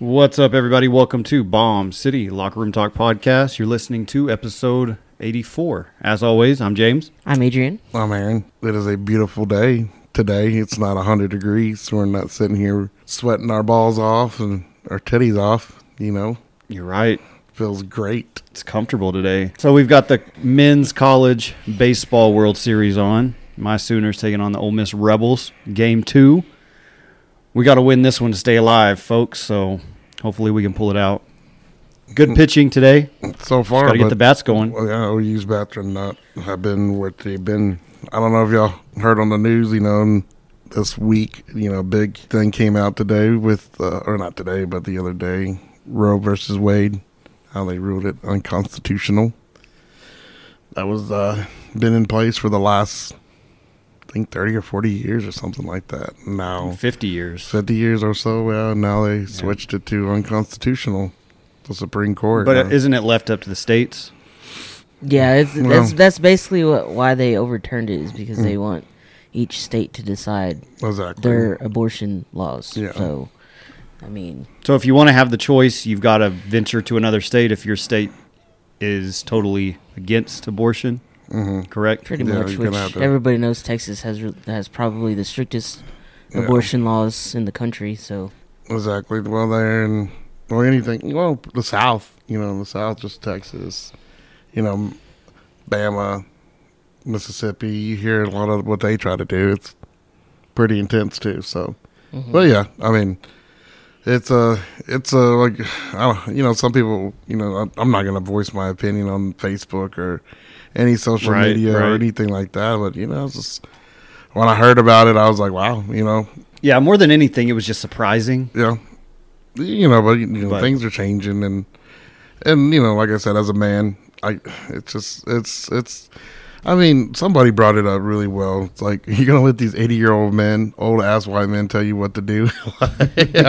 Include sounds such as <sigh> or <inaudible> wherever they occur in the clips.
What's up, everybody? Welcome to Bomb City Locker Room Talk Podcast. You're listening to episode 84. As always, I'm James. I'm Adrian. I'm Aaron. It is a beautiful day today. It's not 100 degrees. So we're not sitting here sweating our balls off and our titties off. You know, You're right. feels great. It's comfortable today. So we've got the men's college baseball World Series on. My Sooners taking on the Ole Miss Rebels. Game two. We got to win this one to stay alive, folks. So hopefully we can pull it out. Good pitching today. So far, Got to get but- the bats going. Well, yeah, we use bats or not. I've been what they've been. I don't know if y'all heard on the news, you know, and this week, you know, big thing came out today with, uh, or not today, but the other day, Roe versus Wade, how they ruled it unconstitutional. That was uh, been in place for the last, I think, thirty or forty years or something like that. Now, 50 years. fifty years or so. Well, now they switched it to unconstitutional. The Supreme Court. But uh, isn't it left up to the states? Yeah, it's, Well- Mm. that's that's basically what, why they overturned it is because they want each state to decide exactly. their abortion laws. Yeah. So, I mean, So if you want to have the choice, you've got to venture to another state if your state is totally against abortion. Mm-hmm. Correct. pretty Yeah, much, you're gonna which have to- everybody knows Texas has re- has probably the strictest Yeah. abortion laws in the country. So, Exactly. Well, there and well, anything. Well, the South. You know, the South, just Texas. You know, Bama, Mississippi. You hear a lot of what they try to do. It's pretty intense too. So, Mm-hmm. well, yeah. I mean, it's a, it's a like, I don't. You know, some people. You know, I- I'm not gonna voice my opinion on Facebook or any social Right, media right. or anything like that. But you know, it's just when I heard about it, I was like, wow. You know, Yeah, more than anything, it was just surprising. yeah, you know, but you know, But- things are changing, and and you know, like I said, as a man, I it's just it's it's. I mean, somebody brought it up really well. It's like <laughs> you're gonna let these 80 year old men, old ass white men, tell you what to do. <laughs> I, mean,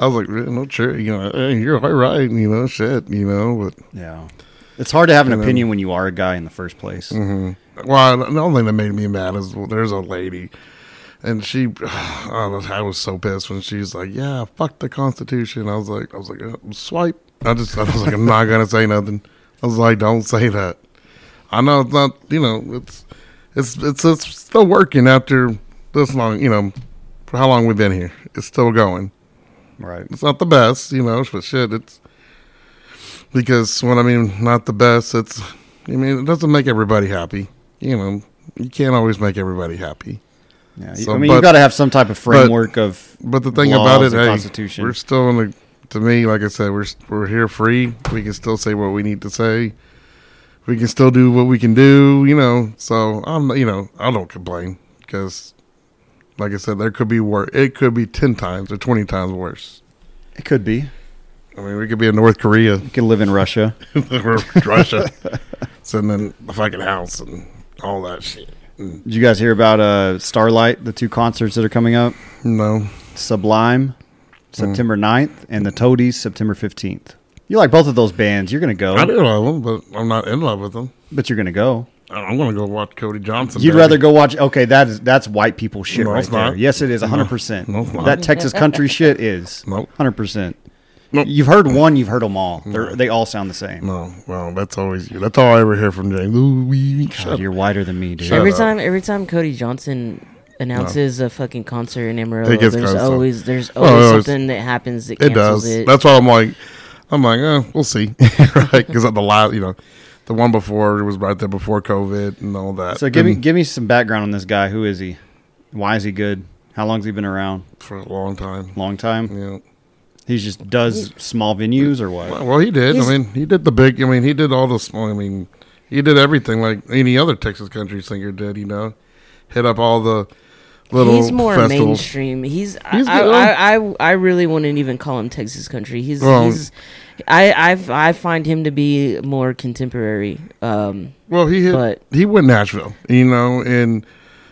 I was like, "Really? no, sure, you know, hey, you're all right, you know, shit, you know, but Yeah, it's hard to have an And then- Mm-hmm. opinion when you are a guy in the first place. Well, the only thing that made me mad is well, there's a lady, and she, <sighs> I was, I was so pissed when she's like, "Yeah, fuck the Constitution." I was like, I was like, uh, swipe. I just, I was like, I'm not gonna say nothing. I was like, don't say that. I know it's not, you know, it's, it's, it's, it's still working after this long, you know, for how long we've been here. It's still going Right. it's not the best, you know, but shit, it's because when I mean not the best, it's I mean it doesn't make everybody happy. You know, you can't always make everybody happy. Yeah. So, I mean, you've but- got to have some type of framework of. But the thing laws about it, and hey, Constitution. we're still in the. To me, like I said, we're we're here free. We can still say what we need to say. We can still do what we can do. You know, so I'm. You know, I don't complain because, like I said, there could be worse. It could be ten times or twenty times worse. It could be. I mean, we could be in North Korea. You could live in Russia. <laughs> We're Russia. Sitting in the fucking house and all that shit. Did you guys hear about uh, Starlight? The two concerts that are coming up: No. Sublime, Mm-hmm. September 9th, and the Toadies, September fifteenth. You like both of those bands? You're gonna go, I do love them, but I'm not in love with them. but you're gonna go. I- I'm going to go watch Cody Johnson. You'd baby. rather go watch. Okay, that is that's white people shit No, right it's not. there. Yes, it is 100. percent No, it's not. That Texas <laughs> country shit is Nope. 100. percent Nope. You've heard one, you've heard them all. They're, they all sound the same. No, well, that's always you. That's all I ever hear from James. Ooh, wee, wee, God, shut you're whiter than me, dude. Shut every up. time every time Cody Johnson announces a fucking concert in Amarillo, It gets there's canceled. always there's Well, it always always- something that happens that It cancels does. it. That's why I'm like, I'm like, eh, we'll <laughs> see, right? Because the last, you know, the one before it was right there before COVID and all that. So give me And give me some background on this guy. Who is he? Why is he good? How long's he been around? for a long time. Long time. Yeah. He just does small venues or Well, what? well, he did. He's- I mean, he did the big. I mean, he did all the small. I mean, he did everything like any other Texas country singer did. You know, hit up all the little he's more festivals. mainstream. He's, He's I, good. I, I I really wouldn't even call him Texas country. He's Well- he's I I I find him to be more contemporary. Um, Well, he hit. But- he went Nashville. You know, and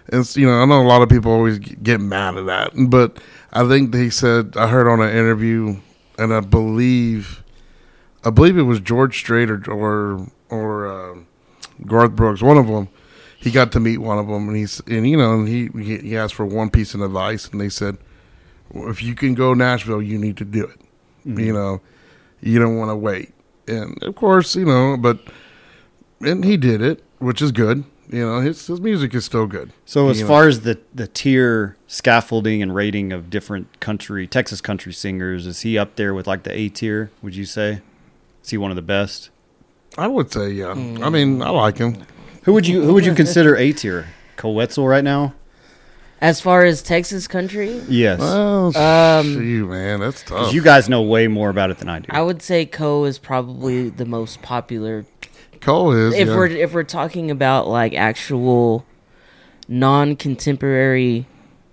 it's you know I know a lot of people always g- get mad at that, but I think they said I heard on an interview, and I believe, I believe it was George Strait or or or um Garth Brooks, one of them. He got to meet one of them, and he's and you know and he he he asked for one piece of advice, and they said, well, if you can go Nashville, you need to do it. Mm-hmm. You know, you don't want to wait. And of course, you know, but and he did it, which is good. You know, his his music is still good. So as You know. far as the the tier scaffolding and rating of different country Texas country singers, is he up there with like the A tier? Would you say? Is he one of the best? I would say, yeah. I Mm. mean, I like him. Who would you Who <laughs> would you consider A tier? Coetzel right now? As far as Texas country, Yes. Uh, Well, Um, shoot, man, that's 'Cause tough. you guys know way more about it than I do. I would say Co is probably the most popular. Cole is. If yeah. we're if we're talking about like actual non-contemporary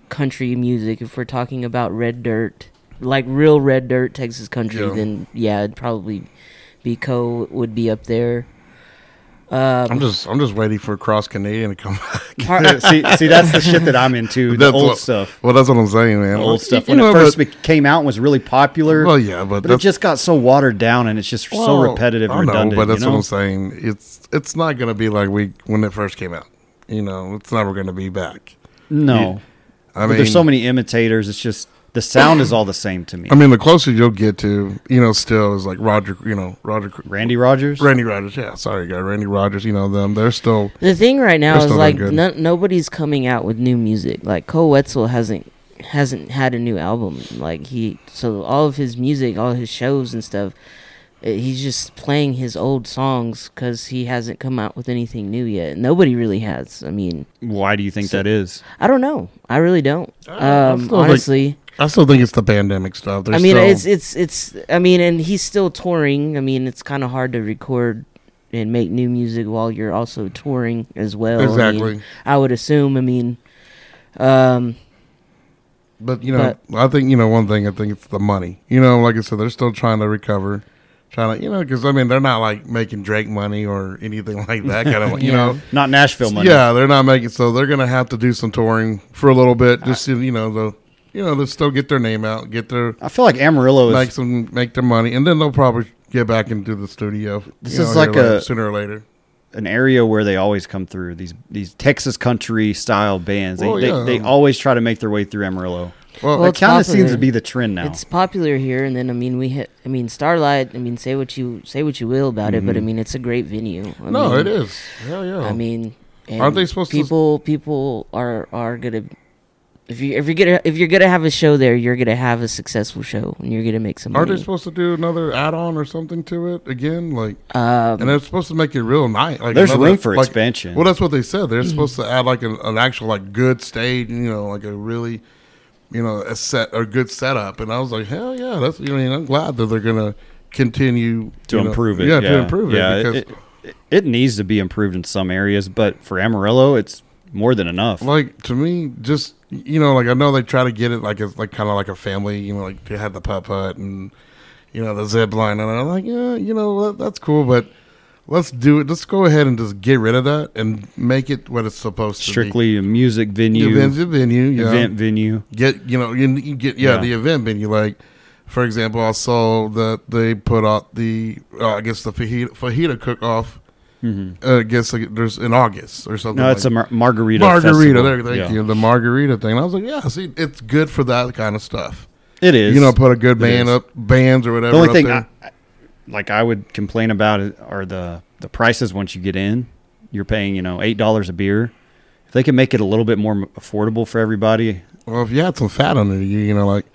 country music, if we're talking about Red Dirt, like real Red Dirt Texas country, Yeah. then yeah, it'd probably be Co would be up there. Um, I'm just I'm just waiting for Cross Canadian to come <laughs> back. <laughs> par- see, see, that's the shit that I'm into. The That's old what- stuff. Well, that's what I'm saying, man. The Well, old stuff. you When know, it first but- be- came out and was really popular. well, yeah, but, but it that's- just got so watered down and it's just so well, repetitive and I know, redundant. but that's you know? what I'm saying. It's it's not gonna be like we when it first came out. You know, it's never gonna be back. no. I but mean, there's so many imitators. It's just the sound is all the same to me. I mean, the closer you'll get to, you know, still is like Roger, you know, Roger, Randy Rogers. Randy Rogers. Yeah, sorry, guy, Randy Rogers. You know them. They're still <laughs> The thing right now They're is still like doing no, nobody's coming out with new music. Like Cole Wetzel hasn't hasn't had a new album. Like he so all of his music, all his shows and stuff, eh, he's just playing his old songs because he hasn't come out with anything new yet. Nobody really has. I mean, Why do you think that is? I don't know. I really don't. I Um, feel like- honestly, I still think it's the pandemic stuff. They're I mean, still, it's it's it's. I mean, and he's still touring. I mean, it's kind of hard to record and make new music while you're also touring as well. I mean, Exactly. I would assume. I mean, um, but you know, I think you know one thing. I think it's the money. You know, like I said, they're still trying to recover, trying to you know, because I mean, they're not like making Drake money or anything <laughs> like that. Kind of, <laughs> you Yeah. know, Not Nashville money. Yeah, they're not making so they're gonna have to do some touring for a little bit just to you know the you know to still get their name out, get their I feel like Amarillo is. make some make their money, and then they'll probably get back into the studio. This you know, is here like later- a- sooner or later. an area where they always come through these these Texas country style bands. They, Well, Oh, yeah. they, they always try to make their way through Amarillo. Well, Well, That it's kind of seems popular. to be the trend now. it's popular here, and then I mean, we hit. I mean, Starlight. I mean, say what you say what you will about it, but I mean, it's a great venue. I Mm-hmm. no, mean, it is. Hell yeah. I mean, and Aren't they supposed to- people, People are are gonna. If you if you're gonna if you're gonna have a show there, you're gonna have a successful show, and you're gonna make some Aren't money. they supposed to do another add-on or something to it again? Like, um, and they're supposed to make it real nice. Like, There's another- room for like- expansion. Well, that's what they said. They're supposed to add like an, an actual like good stage, you know, like a really, you know, a set or good setup. And I was like, hell yeah, that's. You know, and I'm glad that they're gonna continue to you know- improve it. Yeah, to improve Yeah, it because it, it needs to be improved in some areas, but for Amarillo, it's more than enough. like to me, just you know, like I know they try to get it like it's like kind of like a family, you know, like they had the putt putt and you know the zip line, and I'm like, yeah, you know, what, that's cool, but let's do it. Let's go ahead and just get rid of that and make it what it's supposed Strictly a music to venue, be. Event, venue, yeah. event venue. Get you know you, you get yeah, Yeah. the event venue. Like for example, I saw that they put out the uh, I guess the fajita, fajita cook off. Uh, I guess like, there's in August or something. Mm-hmm. No, like it's a mar- margarita. margarita. festival. There, thank Yeah. you. The margarita thing. And I was like, yeah, see, it's good for that kind of stuff. It is. you know, put a good It band is. up, bands or whatever. The only up thing, I, there. like I would complain about, it are the the prices. Once you get in, you're paying you know eight dollars a beer. If they can make it a little bit more affordable for everybody, well, if you had some fat under you, you know, like,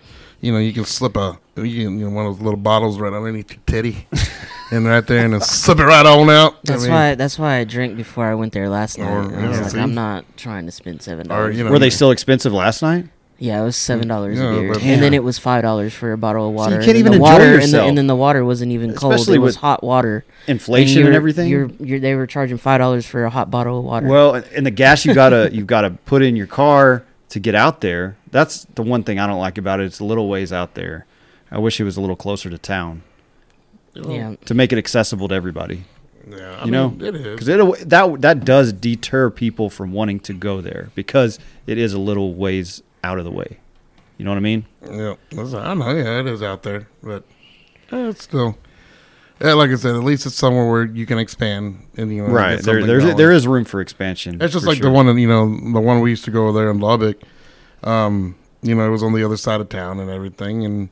you know, you can slip a, you can, you know, one of those little bottles right underneath your <laughs> titty, and right there, and then slip it right on out. That's I mean, why. That's why I drank before I went there last night. Or, I was yeah, like, see? I'm not trying to spend seven Or dollars. you know, were they still expensive last night? yeah, it was Mm, seven dollars Yeah, a beer, but- and then Damn. it was five dollars for a bottle of water. you and can't then even the enjoy water, and, the- yourself. and then the water wasn't even cold. Especially it was with hot water. Inflation and, you're- everything. You're, you're, they were charging five dollars for a hot bottle of water. Well, and the gas you gotta <laughs> you gotta put in your car to get out there. That's the one thing I don't like about it. It's a little ways out there. I wish it was a little closer to town yeah, to make it accessible to everybody. Yeah, I You know, mean, it is. because it that that does deter people from wanting to go there because it is a little ways out of the way. You know what I mean? Yeah, that's, I know. Yeah, it is out there, but eh, it's still. Yeah, like I said, at least it's somewhere where you can expand. And, you know, Right. get There, something there's going. there is room for expansion. It's just for like sure. the one, in, you know, the one we used to go there in Lubbock. Um, you know, it was on the other side of town and everything, and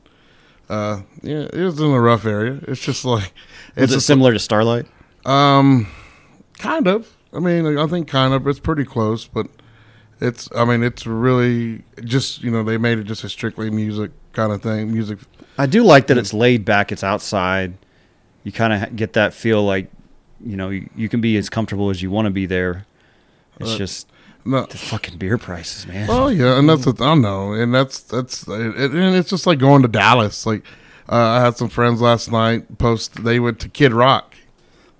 Uh, yeah, it was in a rough area. It's just like Is it's it just- similar to Starlight? um, kind of. I mean, I think kind of. It's pretty close, but it's. I mean, it's really just you know they made it just a strictly music kind of thing. Music. I do like that it's laid back. It's outside. You kind of get that feel like, you know, you, you can be as comfortable as you want to be there. It's Uh, just No, the fucking beer prices, man. Oh yeah, and that's the I know, and that's that's it, and it's just like going to Dallas. Like uh, I had some friends last night post they went to Kid Rock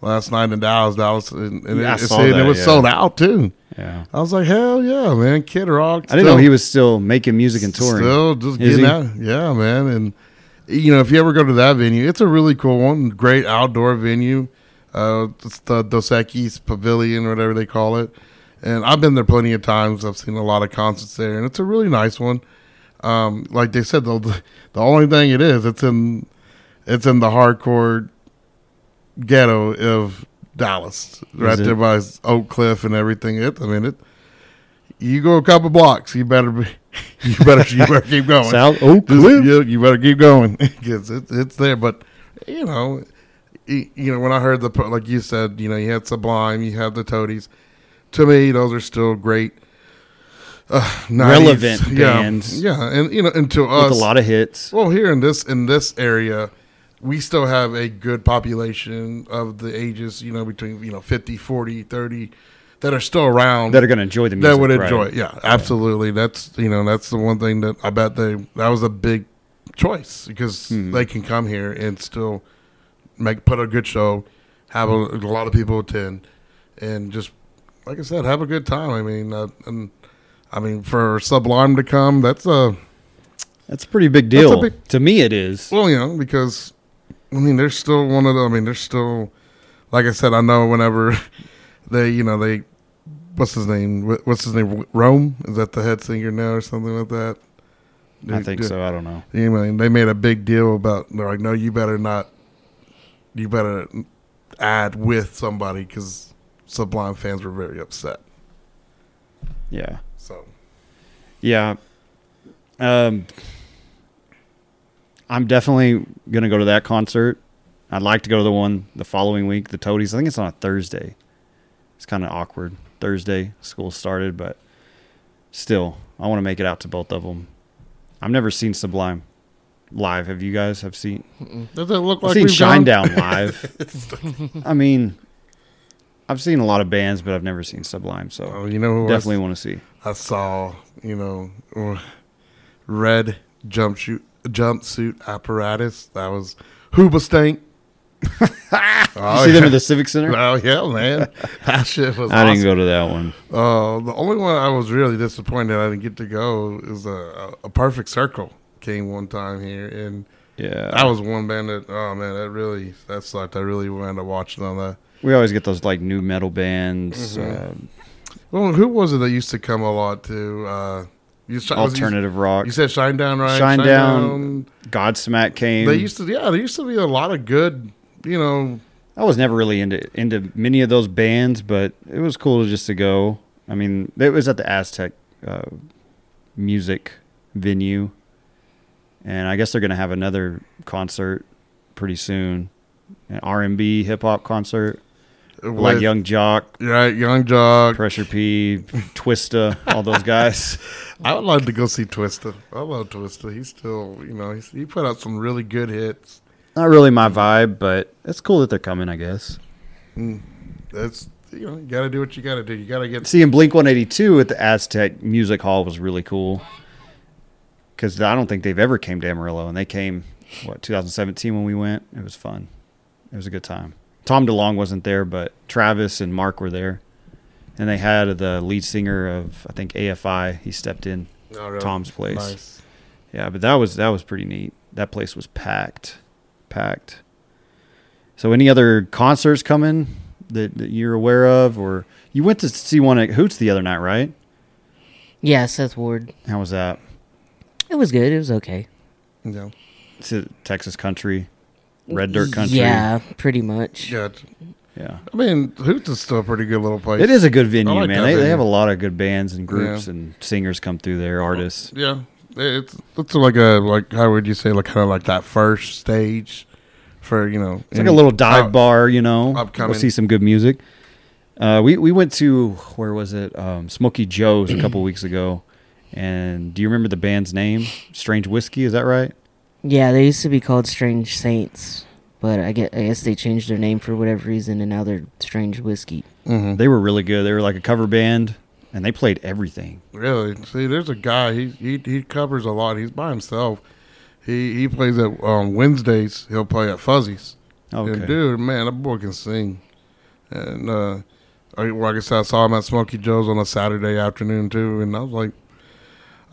last night in Dallas, Dallas, and, and Yeah, I it, saw and it that, was yeah. sold out too. yeah. I was like, hell yeah, man, Kid Rock. I didn't know still- he was still making music and touring. Still just Is he? getting out, yeah, man. And you know, if you ever go to that venue, it's a really cool one, great outdoor venue. Uh, it's the Dos Equis Pavilion, whatever they call it. And I've been there plenty of times. I've seen a lot of concerts there, and it's a really nice one. Um, like they said, the the only thing it is, it's in it's in the hardcore ghetto of Dallas, right it? there by Oak Cliff and everything. It, I mean, it. You go a couple blocks, you better be, <laughs> you better, you better <laughs> keep going. South Oak Just- Cliff. You, you better keep going <laughs> because it, it's there. But you know, y- you know when I heard the po- like you said, you know, you had Sublime, you had the Toadies. To me, those are still great, uh, 90s, Relevant yeah, bands. Yeah, and you know, and to With us, a lot of hits. well, here in this in this area, we still have a good population of the ages, you know, between you know 50, 40, 30 that are still around That are going to enjoy the music. that would right? enjoy it. Yeah, absolutely. That's you know that's the one thing that I bet they that was a big choice because Hmm. they can come here and still make put a good show, have a, a lot of people attend, and just like I said, have a good time. I mean, uh, and I mean for Sublime to come, that's a That's a pretty big That's a deal. big- to me, it is. well, you know, because I mean, there's still one of the. I mean, there's still, like I said, I know whenever <laughs> they, you know, they, what's his name? Wh- What's his name? Rome is that the head singer now or something like that? I think so. I don't know. Anyway, they made a big deal about. They're like, no, you better not. You better add with somebody because Sublime fans were very upset. Yeah. So Yeah. Um, I'm definitely going to go to that concert. I'd like to go to the one the following week, the Toadies. I think it's on a Thursday. It's kind of awkward. Thursday, school started, but still, I want to make it out to both of them. I've never seen Sublime live. Have you guys? Have seen? does it look I've like seen we've gone? <laughs> Shinedown live. I mean, I've seen a lot of bands, but I've never seen Sublime, so Oh, you know who else- definitely want to see. I saw, you know, uh, red jumpsuit jumpsuit apparatus. That was Hoobastank. <laughs> oh, see yeah. them at the Civic Center. Oh yeah, <laughs> man, that shit was. I didn't awesome. go to that one. Uh, the only one I was really disappointed I didn't get to go is a, a perfect circle came one time here, and Yeah, that was one band that oh man, that really that sucked. I really wanted to watch them. That We always get those like new metal bands, Mhm. uh, well, who was it that used to come a lot to? Uh, you, was it- alternative rock. You said Shinedown, right? Shinedown. Godsmack came. They used to, yeah, there used to be a lot of good, you know, I was never really into into many of those bands, but it was cool just to go. I mean, it was at the Aztec uh, music venue, and I guess they're gonna have another concert pretty soon, an R and B hip hop concert, like with- Young Jock, right, Young Jock. Pressure P, Twista, all those guys. <laughs> I would love to go see Twista. I love Twista. He's still, you know, he's, he put out some really good hits. Not really my vibe, but it's cool that they're coming. I guess. That's, you know, you got to do what you got to do. You got to get, seeing Blink 182 at the Aztec Music Hall was really cool because I don't think they've ever came to Amarillo, and they came what 2017 when we went. It was fun. It was a good time. Tom DeLong wasn't there, but Travis and Mark were there, and they had the lead singer of I think AFI. He stepped in. Oh, really? Tom's place. Nice. Yeah, but that was that was pretty neat. That place was packed, packed. So, any other concerts coming that, that you're aware of, or you went to see one at Hoots the other night, right? Yeah, Seth Ward. How was that? It was good. It was okay. Yeah. To Texas country, red dirt country. Yeah, pretty much. Yeah. yeah. I mean, Hoots is still a pretty good little place. It is a good venue, like man. that They, they venue. have a lot of good bands and groups Yeah. and singers come through there, artists. Yeah. it's it's like a like how would you say like kind of like that first stage for you know It's like a little dive bar. bar, you know. upcoming. Go see some good music. Uh, we we went to where was it? Um, Smoky Joe's a couple weeks ago. And do you remember the band's name? Strange Whiskey, is that right? Yeah, they used to be called Strange Saints, but I guess, I guess they changed their name for whatever reason, and now they're Strange Whiskey. Mhm. They were really good. They were like a cover band, and they played everything. Really? See, there's a guy. He he he covers a lot. He's by himself. He he plays at um, Wednesdays. He'll play at Fuzzies. And Okay. dude, man, that boy can sing. And uh, I, well, I guess I saw him at Smoky Joe's on a Saturday afternoon too, and I was like,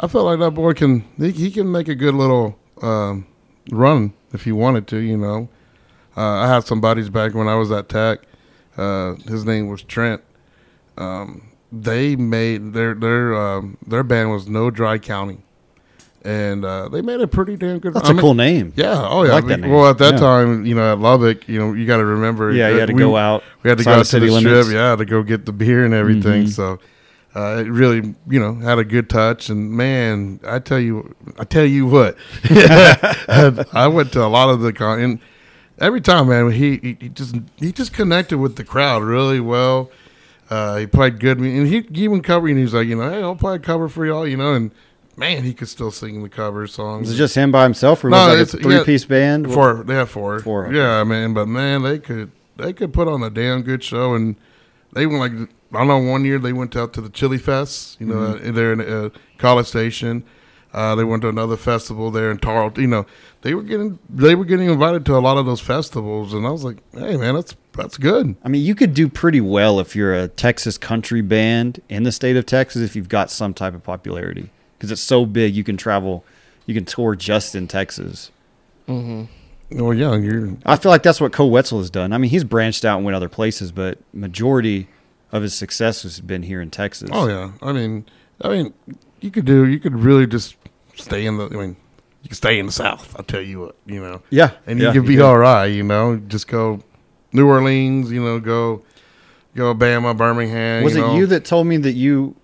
I felt like that boy can he, he can make a good little um, run if he wanted to, you know. Uh, I had some buddies back when I was at Tech. Uh, his name was Trent. Um, they made their their um, their band was No Dry County, and uh, they made a pretty damn good. That's I a mean- cool name. yeah. Oh, yeah. like that name. well, at that Yeah. time, you know, at Lubbock, you know, you got to remember. Yeah, you that had to we- go out. We had to outside go out of to city the limits. strip. Yeah, to go get the beer and everything. Mhm. So uh, it really, you know, had a good touch. And man, I tell you, I tell you what, <laughs> I went to a lot of the con. And every time, man, he, he he just he just connected with the crowd really well. Uh, he played good, mu- and he even covering. He's like, you know, hey, I'll play a cover for y'all, you know, and. Man, he could still sing the cover songs. Was it just him by himself, or No, was it it's- like a yeah, three piece band? Four. They have four. Four, okay. Yeah, I mean, but man, they could they could put on a damn good show, and they went like I don't know. One year they went out to the Chili Fest. You know, Mm-hmm. uh, they're in uh, College Station. Uh, they went to another festival there in Tarleton. You know, they were getting they were getting invited to a lot of those festivals, and I was like, hey man, that's that's good. I mean, you could do pretty well if you're a Texas country band in the state of Texas if you've got some type of popularity because it's so big. You can travel, you can tour just in Texas. Well, yeah, you're I feel like that's what Cole Wetzel has done. I mean, he's branched out and went other places, but majority of his success has been here in Texas. Oh yeah, I mean, I mean, you could do. You could really just stay in the. I mean, you could stay in the South. I'll tell you what, you know. Yeah, and yeah, you could you be could. all right. You know, just go New Orleans. You know, go go Bama, Birmingham. Was you know. it you that told me that you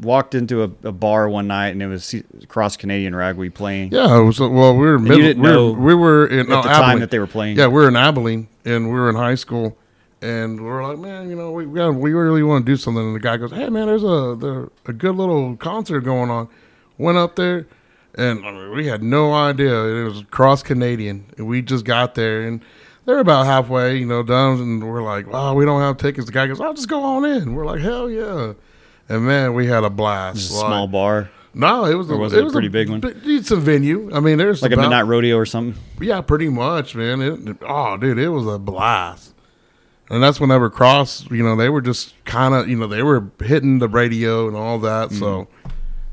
walked into a, a bar one night and it was C- Cross Canadian Ragweed playing Yeah. It was, well, we were middle. didn't we, were, know we were in at no, the Abilene. time that they were playing? Yeah, we were in Abilene, and we were in high school, and we were like, man, you know, we we, gotta, we really want to do something. And the guy goes, hey, man, there's a there, a good little concert going on. Went up there, and I mean, we had no idea it was cross Canadian, and we just got there, and they're about halfway, you know, done, and we're like, wow, we don't have tickets. The guy goes, I'll just go on in. We're like, hell yeah. And man, we had a blast. It was a Like, small bar, No, it was, Or a, was it it a was pretty big one? bi- It's a venue. I mean, there's like a about- midnight rodeo or something. yeah, pretty much, man. It, oh, dude, it was a blast. And that's whenever Cross, you know, they were just kind of, you know, they were hitting the radio and all that. Mm. So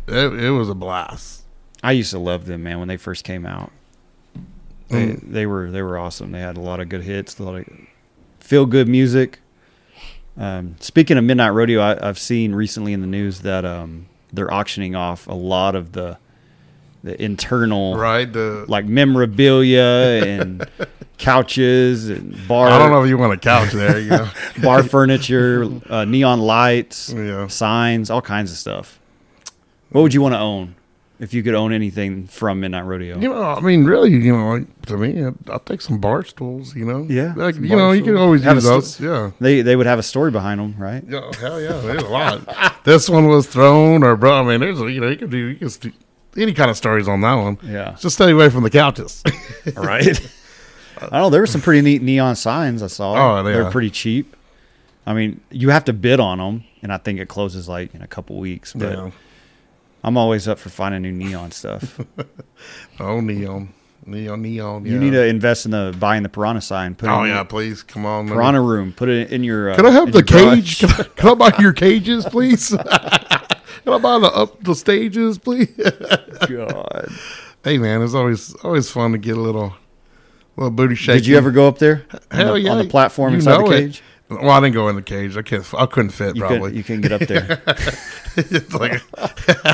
it, it was a blast. I used to love them, man, when they first came out. They, Mm. they were they were awesome. They had a lot of good hits, a lot of feel good music. Um, speaking of Midnight Rodeo, I, I've seen recently in the news that um, they're auctioning off a lot of the the internal Right? The, like memorabilia <laughs> and couches and bar I don't know if you want a couch there, <laughs> you know. bar <laughs> furniture, uh, neon lights, Yeah. signs, all kinds of stuff. What would you want to own if you could own anything from Midnight Rodeo? You know, I mean, really, you know, like, to me, I- I'll take some bar stools, you know? Yeah, Like, some you know, bar you can stools. always Have a use stool- those. Yeah. They they would have a story behind them, <laughs> right? Yeah, hell yeah, there's a lot. <laughs> this one was thrown, or bro, I mean, there's, you know, you can do, you can st- any kind of stories on that one. Yeah, Just stay away from <laughs> the couches. right. <laughs> I don't know. There were some pretty neat neon signs I saw. Oh, they were yeah. pretty cheap. I mean, you have to bid on them, and I think it closes like in a couple weeks. But Yeah. I'm always up for finding new neon <laughs> stuff. Oh, neon, neon, neon. You yeah. need to invest in the buying the piranha sign. Put it Oh in yeah, your please come on. man. piranha room. Put it in your. Uh, Can I in have the your garage. <laughs> cage? Can I, can I buy your cages, please? <laughs> can I buy the up the stages, please? <laughs> God. hey man, it's always always fun to get a little little booty shake. Did you ever go up there? On Hell the- yeah, On the platform you inside the know it. cage. Well, I didn't go in the cage. I can't. I couldn't fit. You couldn't, probably. you couldn't get up <laughs> there. It's like, <laughs>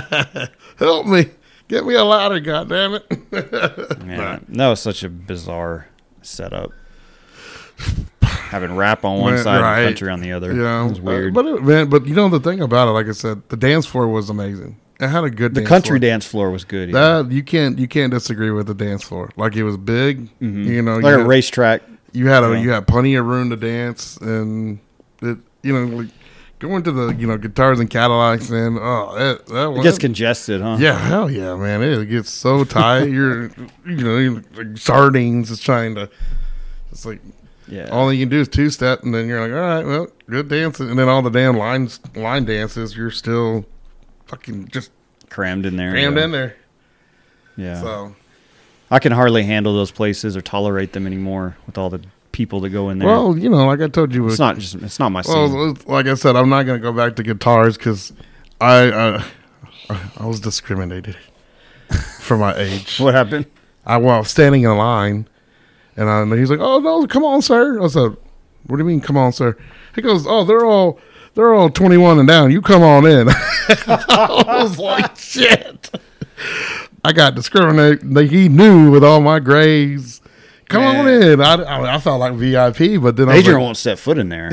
help me, get me a ladder, goddamn it. Man, that was such a bizarre setup. Having rap on one Man, side right. and country on the other. Yeah, it was weird. But it, man, but you know the thing about it, like I said, the dance floor was amazing. I had a good The dance country floor. dance floor was good. yeah. That you can't you can't disagree with the dance floor. Like it was big, Mhm. you know. like you a had- racetrack. you had a Yeah. you had plenty of room to dance and it you know like going to the you know guitars and Cadillacs and oh that that It one gets congested, huh? yeah hell yeah man it gets so tight you're <laughs> you know you're like sardines is trying to it's like Yeah. all you can do is two step and then you're like all right well good dancing and then all the damn lines line dances you're still fucking just crammed in there. crammed yeah. in there Yeah. so I can hardly handle those places or tolerate them anymore with all the people that go in there. well you know like I told you with it's not just it's not my scene. Well, like I said, I'm not going to go back to guitars because I uh, I was discriminated <laughs> for my age. what happened? I was standing in line, and, I, and he's like, "Oh no, come on, sir." I said, "What do you mean, come on, sir?" He goes, "Oh, they're all they're all 21 and down. You come on in." <laughs> I was like, "Shit." I got discriminated. Like he knew with all my grades. Come on Man. in. I, I, I felt like VIP, but then I was Adrian like, won't step foot in there.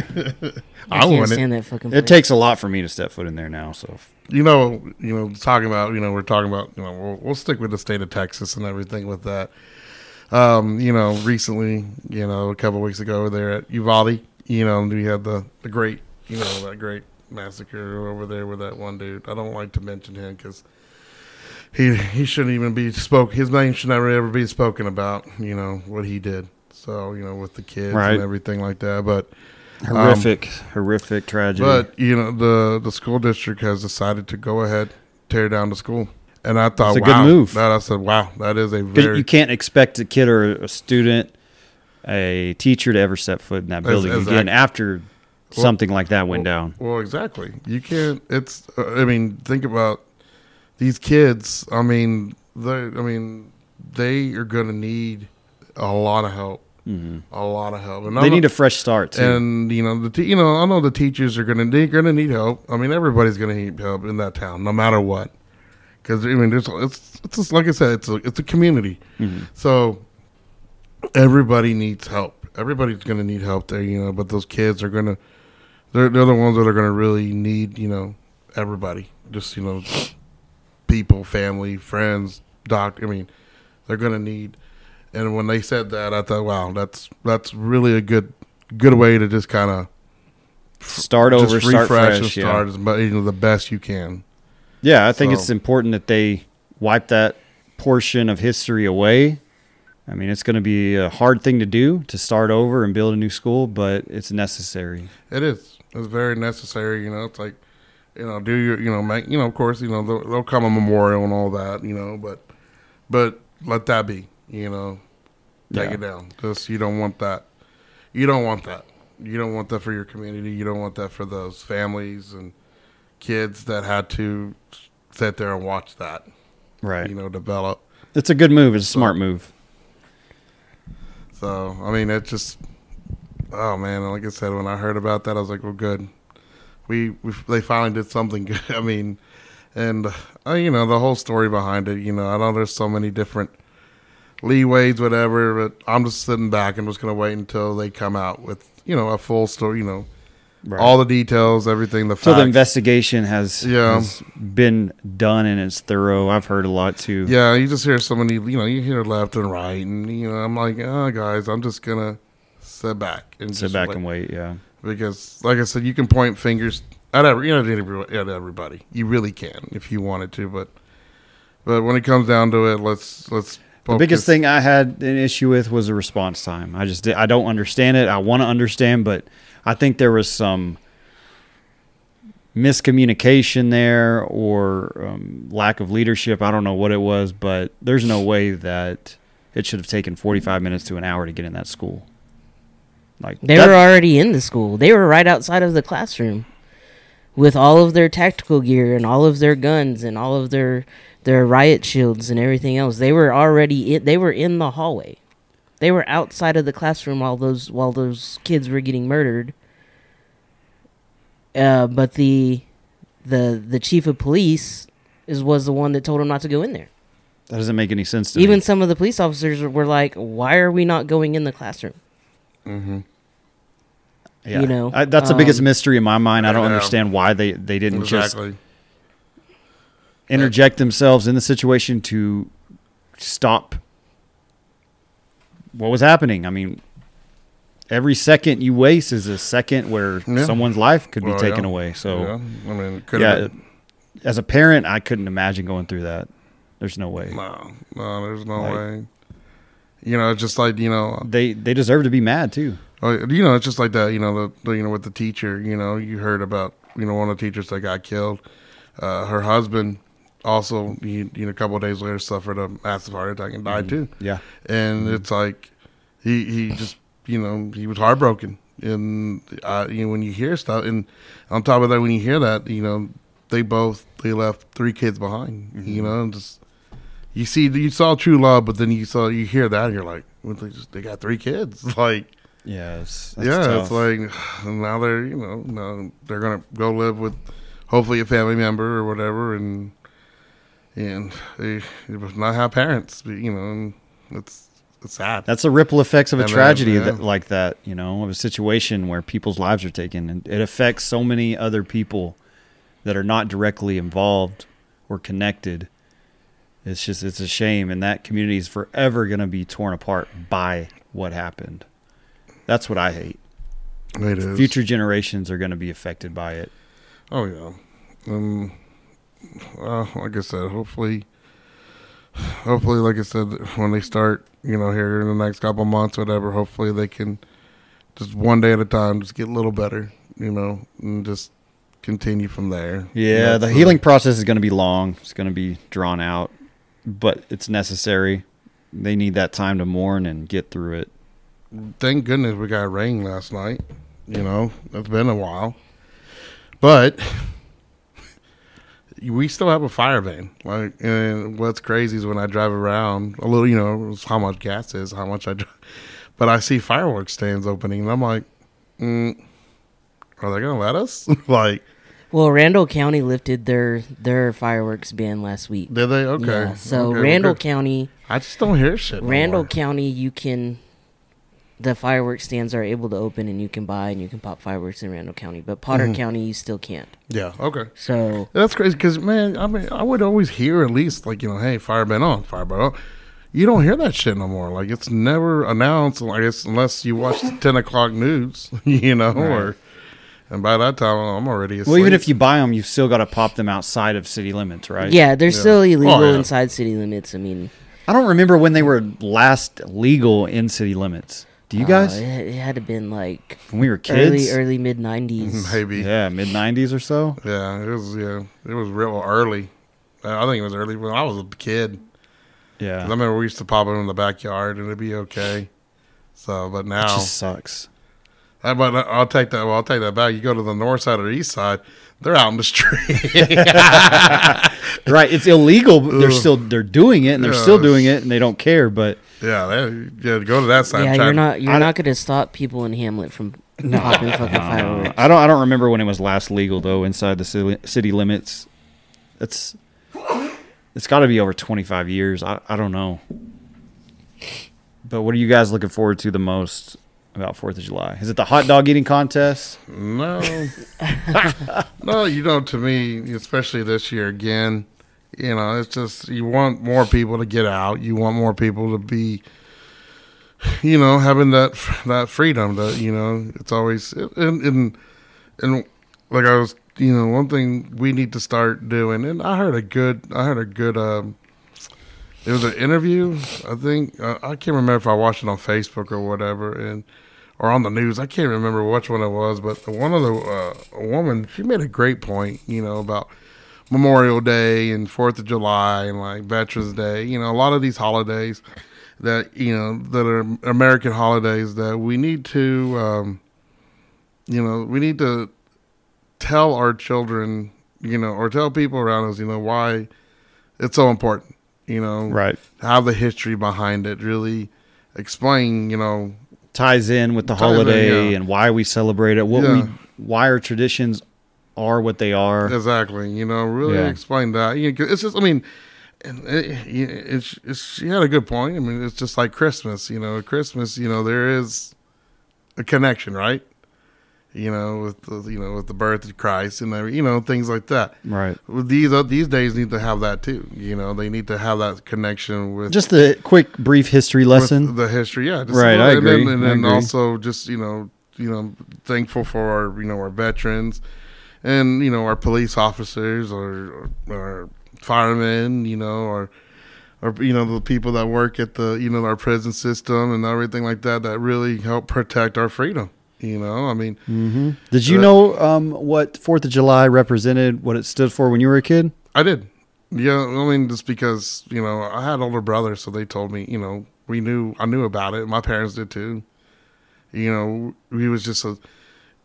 I, I can't want it. stand that fucking. it place. takes a lot for me to step foot in there now. So you know, you know, talking about, you know, we're talking about, you know, we'll, we'll stick with the state of Texas and everything with that. Um, you know, recently, you know, a couple weeks ago there at Uvalde, you know, we had the, the great, you know, that great massacre over there with that one dude. I don't like to mention him because he he shouldn't even be spoke. His name should never ever be spoken about. You know what he did. So you know with the kids Right. and everything like that. But horrific, horrific tragedy. Um, but you know the the school district has decided to go ahead tear down the school, and I thought It's a good wow, move. That I said wow, that is a 'Cause very you can't expect a kid or a student, a teacher to ever step foot in that That's- building that's again ac- after Well- something like that went down. Well, exactly. You can't. It's. uh, I mean, think about these kids. I mean, they. I mean, they are going to need a lot of help. Mhm. A lot of help. And They I'm- need a fresh start too. And you know the te- you know I know the teachers are gonna they're gonna need help. I mean everybody's gonna need help in that town, no matter what. Because I mean there's it's it's just, like I said it's a, it's a community, Mhm. so everybody needs help. Everybody's gonna need help there, you know. But those kids are gonna they're they're the ones that are gonna really need you know everybody, just you know people, family, friends, doc. I mean they're gonna need. And when they said that, I thought, wow, that's that's really a good good way to just kind of start just over, start fresh. and yeah. start as mu- you know, the best you can. Yeah, I think So- it's important that they wipe that portion of history away. I mean, it's going to be a hard thing to do to start over and build a new school, but it's necessary. It is. It's very necessary. You know, it's like you know, do your you know make you know of course you know there'll, there'll come a memorial and all that you know, but but let that be. You know, take Yeah. it down. Just you don't want that. You don't want that. You don't want that for your community. You don't want that for those families and kids that had to sit there and watch that. Right. You know, develop. It's a good move. It's a smart move. So I mean, it just oh man, like I said, when I heard about that, I was like, well, good. We, we they finally did something <laughs> good. I mean, and uh, you know the whole story behind it. You know, I know there's so many different leeways, whatever. But I'm just sitting back. I'm just gonna wait until they come out with you know a full story. You know, Right. all the details, everything, the so facts. the investigation has, Yeah. has been done and it's thorough. I've heard a lot too. yeah, you just hear so many. You know, you hear left and right, and you know, I'm like, oh, guys, I'm just gonna sit back and Sit just back wait. and wait. Yeah. because, like I said, you can point fingers at every, you know, at everybody, at everybody. You really can if you wanted to, but but when it comes down to it, let's let's. The biggest focus. thing I had an issue with was the response time. I just did, I don't understand it. I want to understand, but I think there was some miscommunication there or um, lack of leadership. I don't know what it was, but there's no way that it should have taken 45 minutes to an hour to get in that school. Like They that- were already in the school. They were right outside of the classroom with all of their tactical gear and all of their guns and all of their their riot shields and everything else. They were already in, they were in the hallway. They were outside of the classroom while those while those kids were getting murdered. Uh, but the the the chief of police is was the one that told him not to go in there. that doesn't make any sense to Even me. some of the police officers were like, "Why are we not going in the classroom?" Yeah. you know, I, that's the biggest um, mystery in my mind. I I don't know. understand why they, they didn't just exactly. interject themselves in the situation to stop what was happening. I mean, every second you waste is a second where Yeah. someone's life could Well, be taken yeah. away. So, Yeah, I mean, it could yeah, have. as a parent, I couldn't imagine going through that. There's no way. No, no, there's no Like- way. You know, it's just like you know, They they deserve to be mad too. uh, you know, it's just like that. You know, the, the you know with the teacher. You know, you heard about you know one of the teachers that got killed. Uh, her husband also, he, you know, a couple of days later suffered a massive heart attack and died too. Mm, Yeah. and it's like he he just you know he was heartbroken and uh, you know when you hear stuff and on top of that when you hear that you know they both they left three kids behind you know and just you see you saw true love but then you saw you hear that and you're like well, they, just, they got three kids <laughs> like Yeah. It's, yeah tough. it's like <sighs> and now they're you know now they're gonna go live with hopefully a family member or whatever and and it, it was not how parents you know and it's it's sad that's the ripple effects of a And then, tragedy yeah. that, like that, you know, of a situation where people's lives are taken, and it affects so many other people that are not directly involved or connected. It's just it's a shame, and that community is forever going to be torn apart by what happened. That's what I hate. It is. Future generations are going to be affected by it. Oh yeah. Um. Well, like I said, hopefully, hopefully, like I said, when they start, you know, here in the next couple months, whatever. Hopefully, they can just one day at a time, just get a little better, you know, and just continue from there. Yeah, That's the healing process is going to be long. It's going to be drawn out, but it's necessary. They need that time to mourn and get through it. thank goodness we got rain last night. You know, it's been a while. But <laughs> we still have a fire van. Like, and what's crazy is when I drive around, a little, you know, it's how much gas is, how much I drive. But I see fireworks stands opening, and I'm like, mm, are they going to let us? <laughs> like, Well, Randall County lifted their their fireworks ban last week. did they? Okay. Yeah, so Okay, Oh, well, Randall good. County, I just don't hear shit. no Randall more. County, you can the fireworks stands are able to open and you can buy and you can pop fireworks in Randall County, but Potter County you still can't. Yeah. Okay. So That's crazy because man, I mean, I would always hear at least like you know, hey, fire ban on, fire ban on. You don't hear that shit no more. Like it's never announced. Like it's unless you watch the ten o'clock news, <laughs> you know. Or and by that time, I'm already asleep. Well, even if you buy them, you've still got to pop them outside of city limits, right? yeah, they're still illegal yeah. inside city limits. I mean, I don't remember when they were last legal in city limits. Do you uh, guys? it, it had to been like when we were kids? early early mid 90s. maybe, yeah. Yeah, mid 90s or so. it was yeah, it was real early. Uh, I think it was early when I was a kid. 'Cause I Yeah. remember we used to pop it in the backyard and it'd be okay. So, but It now, just sucks. I, but I'll take that. Well, I'll take that back. You go to the north side or east side, they're out in the <laughs> street. Right. It's illegal, but they're Ugh. still they're doing it and they're Yeah, still doing it and they don't care, but Yeah, they, yeah. Go to that side. Yeah, try you're to- not you're I- not going to stop people in Hamlet from popping fucking fireworks. Uh, I don't I don't remember when it was last legal though inside the city, city limits. It's it's got to be over 25 years. I, I don't know. But what are you guys looking forward to the most about 4th of July? Is it the hot dog eating contest? <laughs> No, no. You know, to me, especially this year again. You know, it's just you want more people to get out. You want more people to be, you know, having that that freedom. That you know, it's always and and and like I was, you know, one thing we need to start doing. And I heard a good, I heard a good. um it was an interview, I think. Uh, I can't remember if I watched it on Facebook or whatever, and or on the news. I can't remember which one it was, but the one of the uh, a woman she made a great point, you know, about Memorial Day and Fourth of July and like Veterans Day. You know, a lot of these holidays that you know that are American holidays that we need to, um, you know, we need to tell our children, you know, or tell people around us, you know, why it's so important. You know, Right. have the history behind it. Really explain, you know, ties in with the Ties in, holiday yeah. and why we celebrate it, what Yeah. we why our traditions are what they are. <laughs> Exactly. You know, really Yeah. explain that. You know, 'cause it's just, I mean, and it, it's, it's, she had a good point. I mean, it's just like Christmas. You know, Christmas. You know, there is a connection, right? you know, with the, you know, with the birth of Christ and every, you know, things like that. Right. Well, These uh, these days need to have that too. You know, they need to have that connection with Just a quick, brief history with lesson. the history. Yeah, just a Right, I and agree, Then, and I then agree. also just you know, you know, thankful for our you know our veterans, and you know our police officers or our firemen. You know, or or you know the people that work at the you know our prison system and everything like that that really help protect our freedom. You know, I mean, hmm Did you Uh, know um, what Fourth of July represented? What it stood for when you were a kid? I did. Yeah, I mean, just because you know I had older brothers, so they told me. You know, we knew I knew about it. My parents did too. You know, we was just a.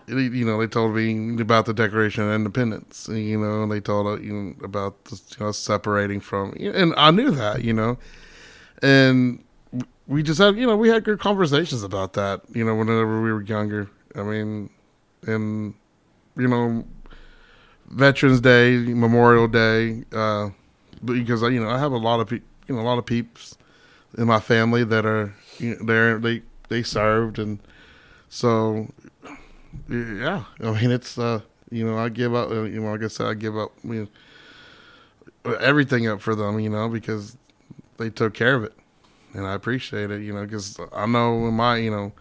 You know, they told me about the Declaration of Independence. You know, and they told uh, you know, about the, you know, separating from, and I knew that. You know, and we just had you know we had good conversations about that. You know, whenever we were younger. I mean, and you know Veterans Day, Memorial Day, uh, because you know I have a lot of pe- you know a lot of peeps in my family that are you know, there they they served and so yeah I mean it's uh you know I give up uh, you know like I said I give up you know, everything up for them you know because they took care of it and I appreciate it you know because I know in my you know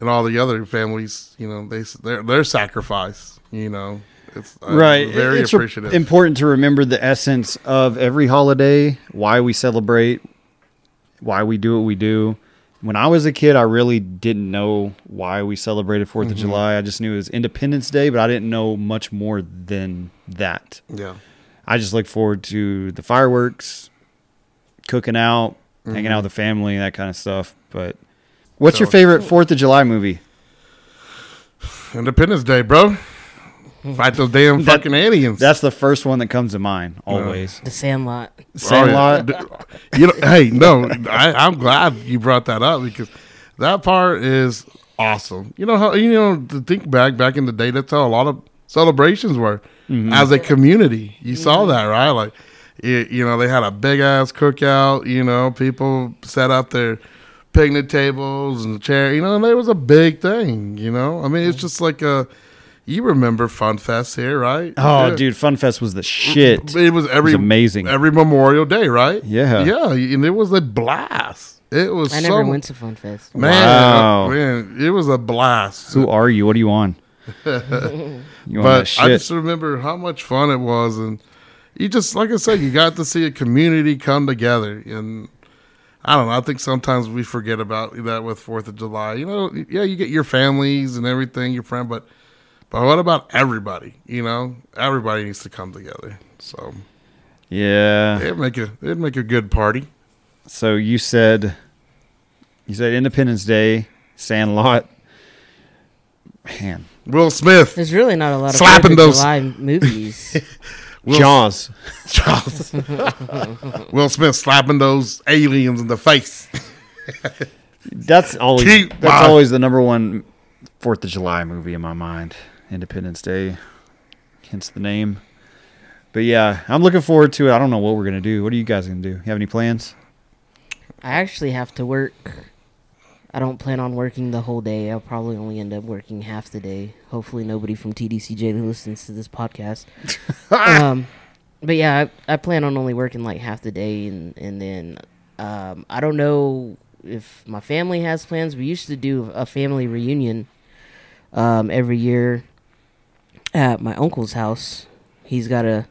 and all the other families you know they their their sacrifice you know it's uh, right. very it's re- appreciative important to remember the essence of every holiday, why we celebrate, why we do what we do. When I was a kid, I really didn't know why we celebrated 4th of July. I just knew it was Independence Day, but I didn't know much more than that. yeah. I just look forward to the fireworks, cooking out, hanging out with the family, that kind of stuff. But Mm-hmm. what's your So- favorite Fourth of July movie? Independence Day, bro. Fight those damn That- fucking aliens. That's the first one that comes to mind always. The Sandlot. Sandlot. Oh, yeah. You know, hey, no, I, I'm glad you brought that up because that part is awesome. You know how you know to think back back in the day. That's how a lot of celebrations were Mm-hmm. as a community. You saw that, right? Like, it, you know, they had a big ass cookout. You know, people set up their picnic tables and chair. You know, and it was a big thing. You know, I mean, it's just like a. You remember Fun Fest here, right? Oh, Yeah. dude, Fun Fest was the shit. It was every amazing. every Memorial Day, right? Yeah. yeah, and it was a blast. It was. I never so, went to Fun Fest. Man, Wow. uh, man, it was a blast. Who are you? What are you on? you on that but shit? I just remember how much fun it was, and you just like I said, you got to see a community come together, and I don't know. I think sometimes we forget about that with Fourth of July. You know, yeah, you get your families and everything, your friend, but but what about everybody? You know, everybody needs to come together. So yeah. it'd make a it'd make a good party. So you said, you said Independence Day, Sandlot. Man, Will Smith. <laughs> There's really not a lot of Slapping Fourth of those- July <laughs> movies. Will, Jaws. Charles. Will Smith slapping those aliens in the face. That's always Keep that's my- always the number one Fourth of July movie in my mind. Independence Day, hence the name. But yeah, I'm looking forward to it. I don't know what we're gonna do. What are you guys gonna do? You have any plans? I actually have to work. I don't plan on working the whole day. I'll probably only end up working half the day. Hopefully, nobody from TDCJ who listens to this podcast. um, but yeah, I, I plan on only working like half the day, and and then um, I don't know if my family has plans. We used to do a family reunion um, every year at my uncle's house. He's got a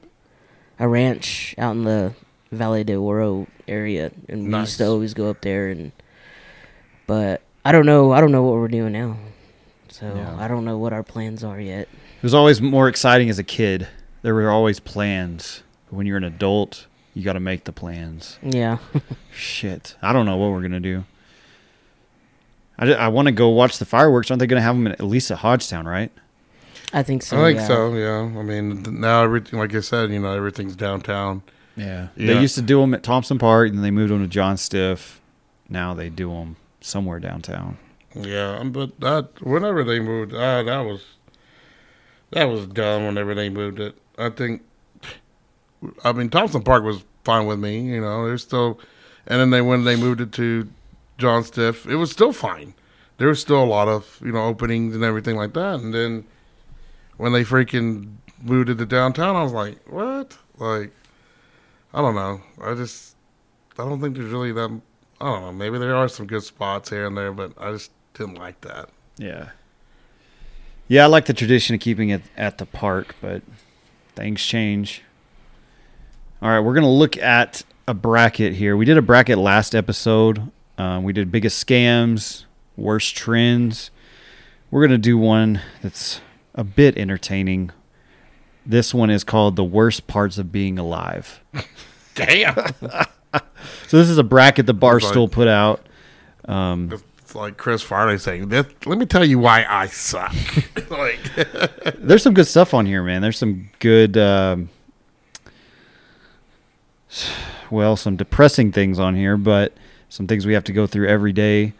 a ranch out in the Valle de Oro area, and we used to Nice. always go up there. And but I don't know, I don't know what we're doing now, so Yeah. I don't know what our plans are yet. It was always more exciting as a kid. There were always plans. But when you're an adult, you got to make the plans. Yeah, <laughs> Shit, I don't know what we're gonna do. I, ju- I want to go watch the fireworks. Aren't they gonna have them at least at Hodgetown, right? I think so. I think yeah. so, yeah. I mean, th- now everything, like I said, you know, everything's downtown. Yeah. Yeah. They used to do them at Thompson Park, and they moved them to John Stiff. Now they do them somewhere downtown. Yeah, um, but that whenever they moved, ah, that was that was dumb. Whenever they moved it, I think. I mean, Thompson Park was fine with me. You know, they're still, and then they when they moved it to John Stiff, it was still fine. there was still a lot of you know openings and everything like that. And then when they freaking moved it to downtown, I was like, what? Like, I don't know. I just I don't think there's really that. I don't know. Maybe there are some good spots here and there, but I just didn't like that. Yeah. Yeah, I like the tradition of keeping it at the park, but things change. All right, we're going to look at a bracket here. We did a bracket last episode. Um, we did biggest scams, worst trends. We're going to do one that's a bit entertaining. This one is called The Worst Parts of Being Alive. Damn. So, this is a bracket the fine. Barstool put out. Um, <laughs> It's like Chris Farley saying, "That- "Let me tell you why I suck." <laughs> like, there's some good stuff on here, man. There's some good, um, well, some depressing things on here, but some things we have to go through every day.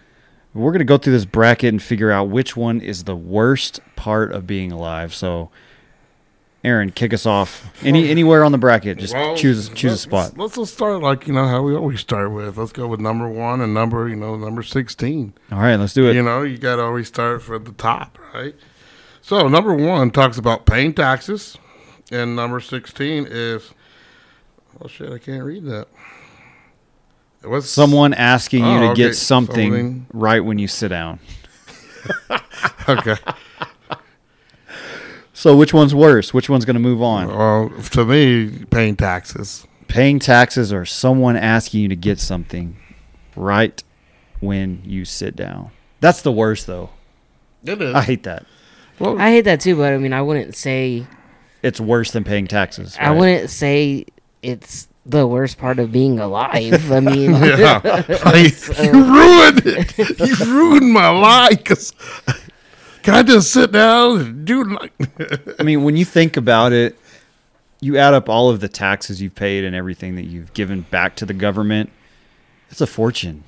We're going to go through this bracket and figure out which one is the worst part of being alive. So, Aaron, kick us off. <laughs> Any anywhere on the bracket, just well, choose choose a let's- spot. Let's just start like you know how we always start with. Let's go with number one and number you know number sixteen. All right, let's do it. You know you got to always start from the top, right? So number one talks about paying taxes, and number sixteen is oh shit, I can't read that. It was Someone asking you Oh, to okay. get something, Something. right when you sit down. <laughs> <laughs> okay. So, which one's worse? Which one's going to move on? Well, to me, paying taxes. paying taxes or someone asking you to get something right when you sit down. That's the worst though. It is. I hate that. well, I hate that too, but I mean, I wouldn't say It's worse than paying taxes. I right? wouldn't say it's the worst part of being alive. I mean, Yeah. <laughs> Like, you ruined it. You ruined my life. 'cause- can I just sit down and do like <laughs> I mean, when you think about it, you add up all of the taxes you've paid and everything that you've given back to the government. It's a fortune.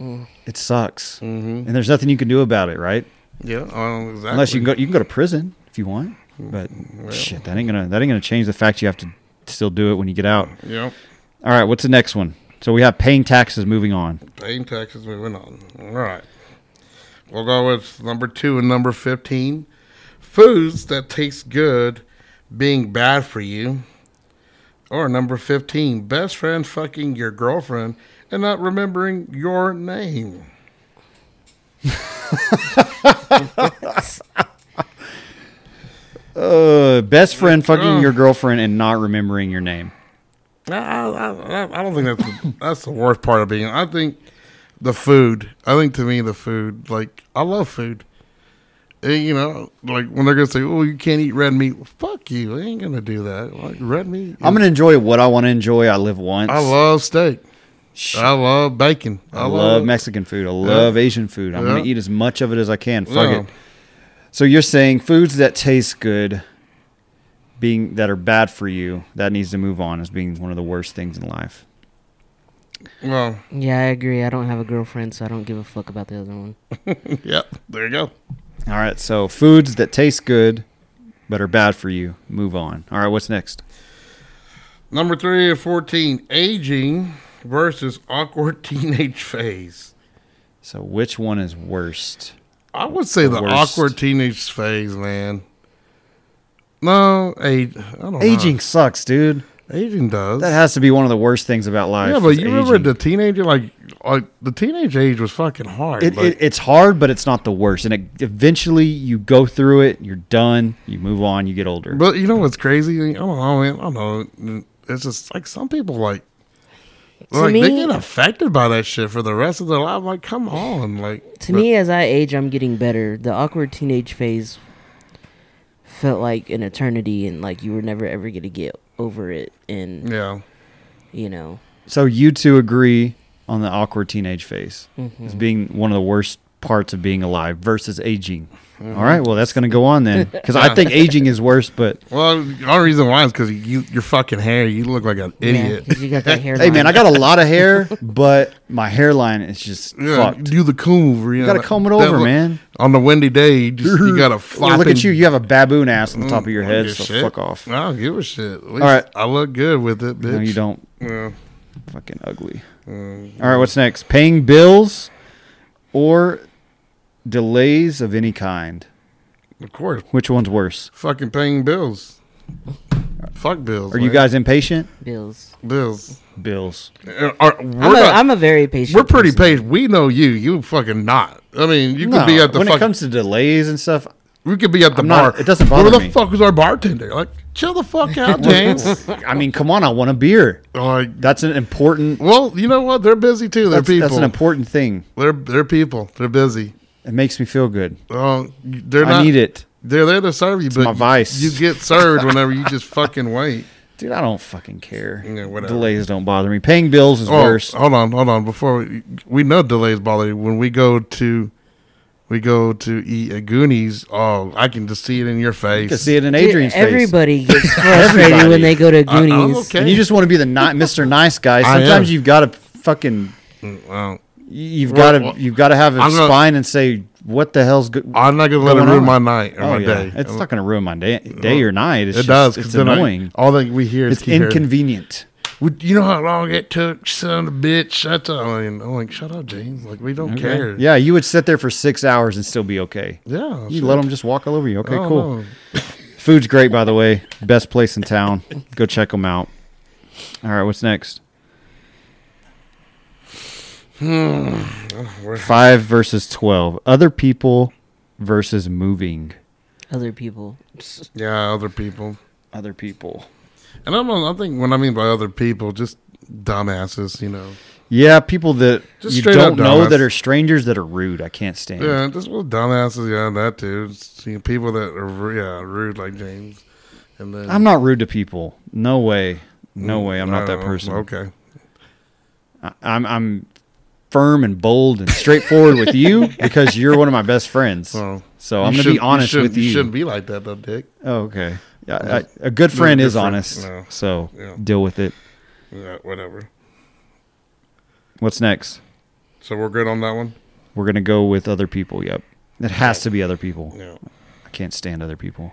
Mm. It sucks, Mm-hmm. and there's nothing you can do about it, right? Yeah, um, exactly. Unless you can go, you can go to prison if you want. But Mm, shit, that ain't gonna that ain't gonna change the fact you have to still do it when you get out. Yep. All right, what's the next one? So we have paying taxes. Moving on. Paying taxes moving on. All right. We'll go with number two and number fifteen. Foods that taste good being bad for you. Or number fifteen, best friend fucking your girlfriend and not remembering your name. Uh, best friend fucking your girlfriend and not remembering your name. I, I, I- I don't think that's that's the worst part of being. I think the food. I think to me the food. Like I love food. And, you know, like when they're gonna say, "Oh, you can't eat red meat." fuck you! I ain't gonna do that. Like red meat. I'm gonna enjoy what I want to enjoy. I live once. I love steak. Shh. I love bacon. I, I love, love Mexican food. I love Asian food. I'm gonna Yeah. eat as much of it as I can. Fuck Yeah. it. So you're saying foods that taste good, being that are bad for you, that needs to move on as being one of the worst things in life. Well, yeah, I agree. I don't have a girlfriend, so I don't give a fuck about the other one. yeah. There you go. All right. So foods that taste good, but are bad for you, move on. All right. What's next? Number three and fourteen: aging versus awkward <laughs> teenage phase. So which one is worst? I would say The the, worst. awkward teenage phase, man. No, age. I don't Aging know. sucks, dude. Aging does. That has to be one of the worst things about life. yeah, but is you remember aging. the teenager, like, like the teenage age was fucking hard. It, like, it, it's hard, but it's not the worst. And it, eventually, you go through it. You're done. You move on. You get older. but you know what's crazy? I don't know, man. I don't know. It's just like some people like, like they me- get affected by that shit for the rest of their life. Like, come on, like To me, as I age, I'm getting better. The awkward teenage phase felt like an eternity, and like you were never ever gonna get over it. And yeah, you know, so you two agree on the awkward teenage phase Mm-hmm. as being one of the worst parts of being alive versus aging. Mm-hmm. All right. Well, that's going to go on then, because I <laughs> think aging is worse. But Well, the only reason why is because you, your fucking hair. You look like an <laughs> idiot. Yeah, 'cause you got that hair. hey, man, I got a lot of hair, but my hairline is just Yeah, fucked. do the comb over. You, gotta know, comb it that over, look- man. On the windy day, you, just, you <laughs> gotta Yeah, flop. Mm, look at you. You have a baboon ass on the top of your head. So fuck off. I don't give a shit. At least right. I look good with it, bitch. No, you don't. Yeah. Fucking ugly. All right, what's next? Paying bills or delays of any kind. Of course, Which one's worse? fucking paying bills. Fuck bills. Are you man. guys impatient? bills. bills? Bills. Uh, Are, we're, I'm a, not- I'm a very patient. we're pretty person. patient. We know you. You fucking not. I mean, you could No, be at the when fuck, it comes to delays and stuff, we could be at the I'm bar. not- it doesn't Where bother the me. fuck was our bartender? Like, chill the <laughs> fuck out, James. I mean, come on, I want a beer. like, That's an important. well, you know what? They're busy too. They're That's, people. that's an important thing. they're they're people. They're busy. It makes me feel good. Oh, they're I not. need it, They're there to serve you, but my you- vice. You, get served whenever you <laughs> just fucking wait. dude. I don't fucking care. Yeah, whatever. Delays don't bother me. Paying bills is Oh, worse. hold on, hold on. Before we, we know delays bother you. When we go to, we go to eat at Goonies. Oh, I can just see it in your You face. can see it in Dude, Adrian's face. Everybody gets frustrated when they go to I- I'm Goonies. okay. And you just want to be the <laughs> ni- Mr. Nice guy. I am. Sometimes you've got to fucking Well, you've Well, got to well, you've got to have a I'm gonna- spine and say what the hell's good. I'm not gonna let Going it ruin on. my night or Oh my yeah, day. it's not going to ruin my day, day or night. It's it just, does. 'cause It's then I- annoying. all that we hear is it's you hear, inconvenient. "Would- You know how long it took, son of a bitch. Shut up. I mean, I'm like, shut up, James. Like we don't care. Yeah, you would sit there for six hours and still be okay. yeah. You Oh, shit. Oh, let them just walk all over you. I Okay, don't cool. know. Food's great, by the way. Best place in town. Go check them out. All right, what's next? Hmm. Five versus 12. Other people versus moving. Other people. Yeah, other people. Other people. And I'm, I think when I mean by other people, just dumbasses, you know. Yeah, people that Just you straight don't up know dumbass. that are strangers that are rude. I can't stand. Yeah, just little dumbasses. Yeah, that dude. It's, you know, people that are ru- yeah rude like James. And then I'm not rude to people. No way. No way. I'm not that Oh, person. Okay. I- I'm I'm firm and bold and straightforward with <laughs> you because you're one of my best friends. Well, So I'm going to be you shouldn't- honest shouldn't- with you. You shouldn't be like that though, Dick. Oh, okay. Yeah, I, a good friend good is friend, honest. no. So Yeah. deal with it. Yeah, whatever. What's next? So we're good on that one. We're gonna go with other people. Yep. It has to be other people. Yeah. I can't stand other people.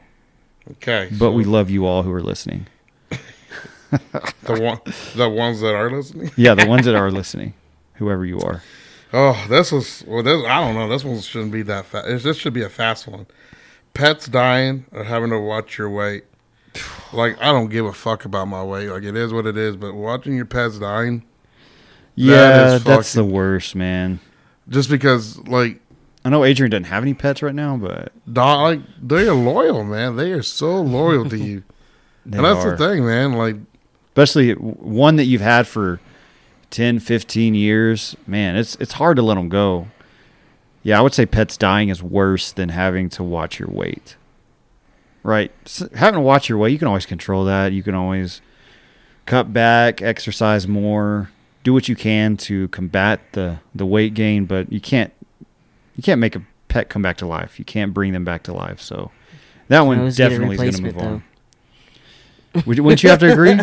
Okay. But so we love you all who are listening. the one the ones that are listening. Yeah, the ones that <laughs> are listening, whoever you are. Oh, this was well. This, I don't know. This one shouldn't be that fast. This should be a fast one. Pets dying or having to watch your weight. Like I don't give a fuck about my weight. Like it is what it is. But watching your pets dying, yeah, is that's the fucking- worst, man. just because like I know Adrian doesn't have any pets right now, but dog, like they are loyal, man. They are so loyal to you. <laughs> they and that's are. the thing, man. Like especially w- one that you've had for 10 15 years man it's it's hard to let them go yeah i would say pets dying is worse than having to watch your weight right S having to watch your weight you can always control that you can always cut back exercise more do what you can to combat the the weight gain but you can't you can't make a pet come back to life you can't bring them back to life so that one always get a definitely is going to move on replacement, would you, wouldn't you have to <laughs> agree?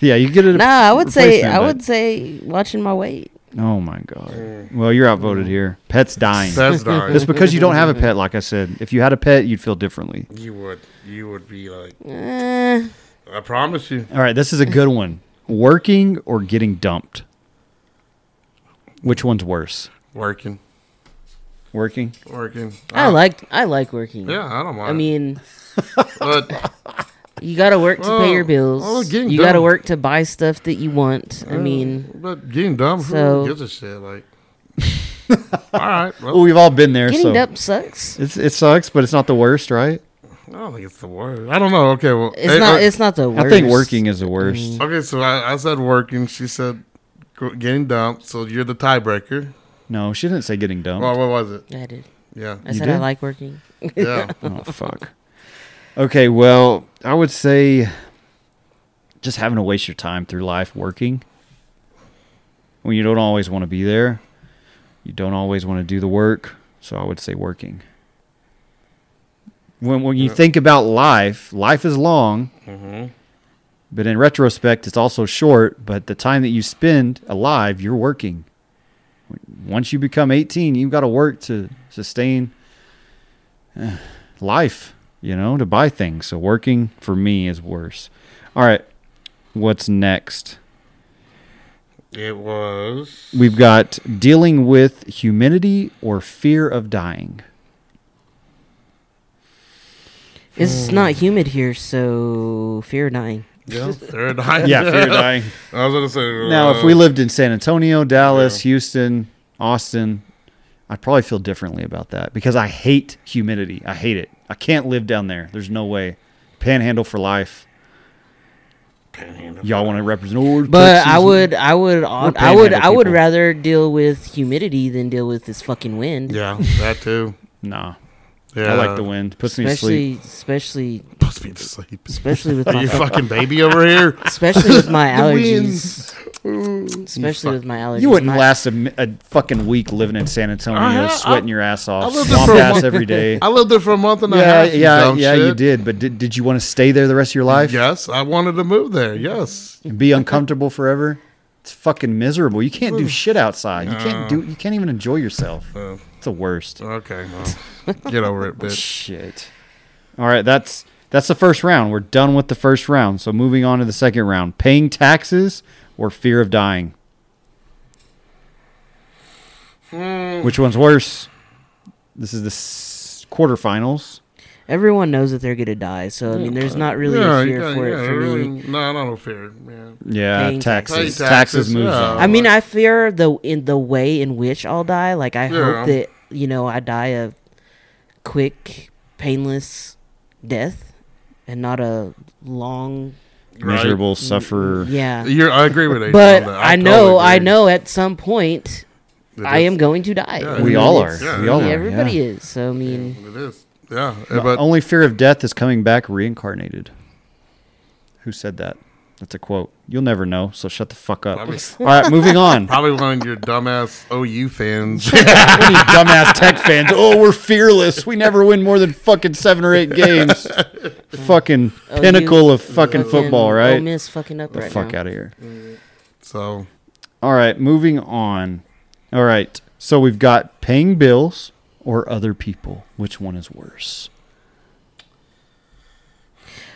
yeah, you get it. Nah, I would say I would say watching my weight. Oh my god. Well, you're outvoted here. Pets dying. <laughs> pets dying, That's because you don't have a pet. Like I said, if you had a pet, you'd feel differently. you would you would be like, Eh, I promise you, All right, this is a good one. Working or getting dumped. Which one's worse? working, Working. working. Ah. I like I like working. Yeah, I don't mind. I mean, <laughs> but you gotta work to pay Well, your bills. well, Oh, getting Oh. you gotta done. work to buy stuff that you want. I mean, but getting dumb, So- who gives a shit? Like, <laughs> all right, well, Well, we've all been there. getting So dumped sucks. it's it sucks, but it's not the worst, right? I don't think it's the worst. I don't know. Okay, well, It's eh, not eh, it's not the worst. I think working is the worst. okay. So I, I said working. She said go- getting dumped. So you're the tiebreaker. No, she didn't say getting dumped. Well, what was it? I did. <laughs> Yeah, I You said I did? like working. yeah. oh fuck. <laughs> Okay, well, I would say just having to waste your time through life working when you don't always want to be there. You don't always want to do the work, so I would say working. When when you think about life, life is long. Mm-hmm. But in retrospect, it's also short, but the time that you spend alive, you're working. Once you become 18, you've got to work to sustain life, you know, to buy things. So working for me is worse. All right. What's next? It was. We've got dealing with humidity or fear of dying. Oh. It's not humid here, so fear of dying. <laughs> Yeah, fear of dying. <laughs> Yeah, <laughs> fear of dying. <laughs> I was gonna say. Now, uh, if we lived in San Antonio, Dallas, Houston, Austin, I'd probably feel differently about that because I hate humidity. I hate it. I can't live down there. There's no way. Panhandle for life. Panhandle. Y'all want to represent? North But Texas? I would, I would, I panhandle would, I would people. rather deal with humidity than deal with this fucking wind. Yeah, that too. Nah, <laughs> I Yeah, like the wind. Puts me to sleep. Especially, especially, Supposed to be to sleep. especially <laughs> with Are my, you fucking baby over here? especially with <laughs> my allergies. winds. Especially with my allergies. You wouldn't My- last a, mi- a fucking week living in San Antonio, I ha- sweating Uh-huh. I- your ass off, lived there swamp for a ass month. every day. I lived there for a month and a yeah, half. you yeah, dumb yeah. You shit. did, but did, did you want to stay there the rest of your life? Yes, I wanted to move there. Yes, and be uncomfortable forever. It's fucking miserable. You can't do shit outside. You can't do. You can't even enjoy yourself. Oh. It's the worst. Okay, well, get over it, <laughs> bitch. Shit. All right, that's that's the first round. We're done with the first round. So moving on to the second round: paying taxes or fear of dying. Which one's worse? This is the s- quarterfinals. Everyone knows that they're gonna die, so I mean, there's not really a fear yeah, for yeah, it for really- me. No, I don't know fear. Yeah. Yeah, Paying taxes. taxes. taxes. Paying taxes, moves yeah. on. I mean, I fear the in the way in which I'll die. Like I Yeah. hope that you know I die a quick, painless death, and not a long. Right. Miserable sufferer. Yeah, You're, I agree with Adrian. but on that. I, know, totally I agree. know, at some point It I is. am going to die. Yeah, I it We mean, all are. it's- Yeah, we all are. Everybody yeah. is. So I mean, It is. Yeah, The but only fear of death is coming back reincarnated. Who said that? That's a quote. You'll never know, so shut the fuck up. Probably- All right, moving on. <laughs> probably one of your dumbass <laughs> OU fans. What are you dumbass tech fans? Oh, we're fearless. We never win more than fucking seven or eight games. fucking Oh, pinnacle you- of fucking fucking football, Ole right? Miss fucking up the right fuck now. out of here. so All right, moving on. All right, so we've got paying bills or other people. Which one is worse?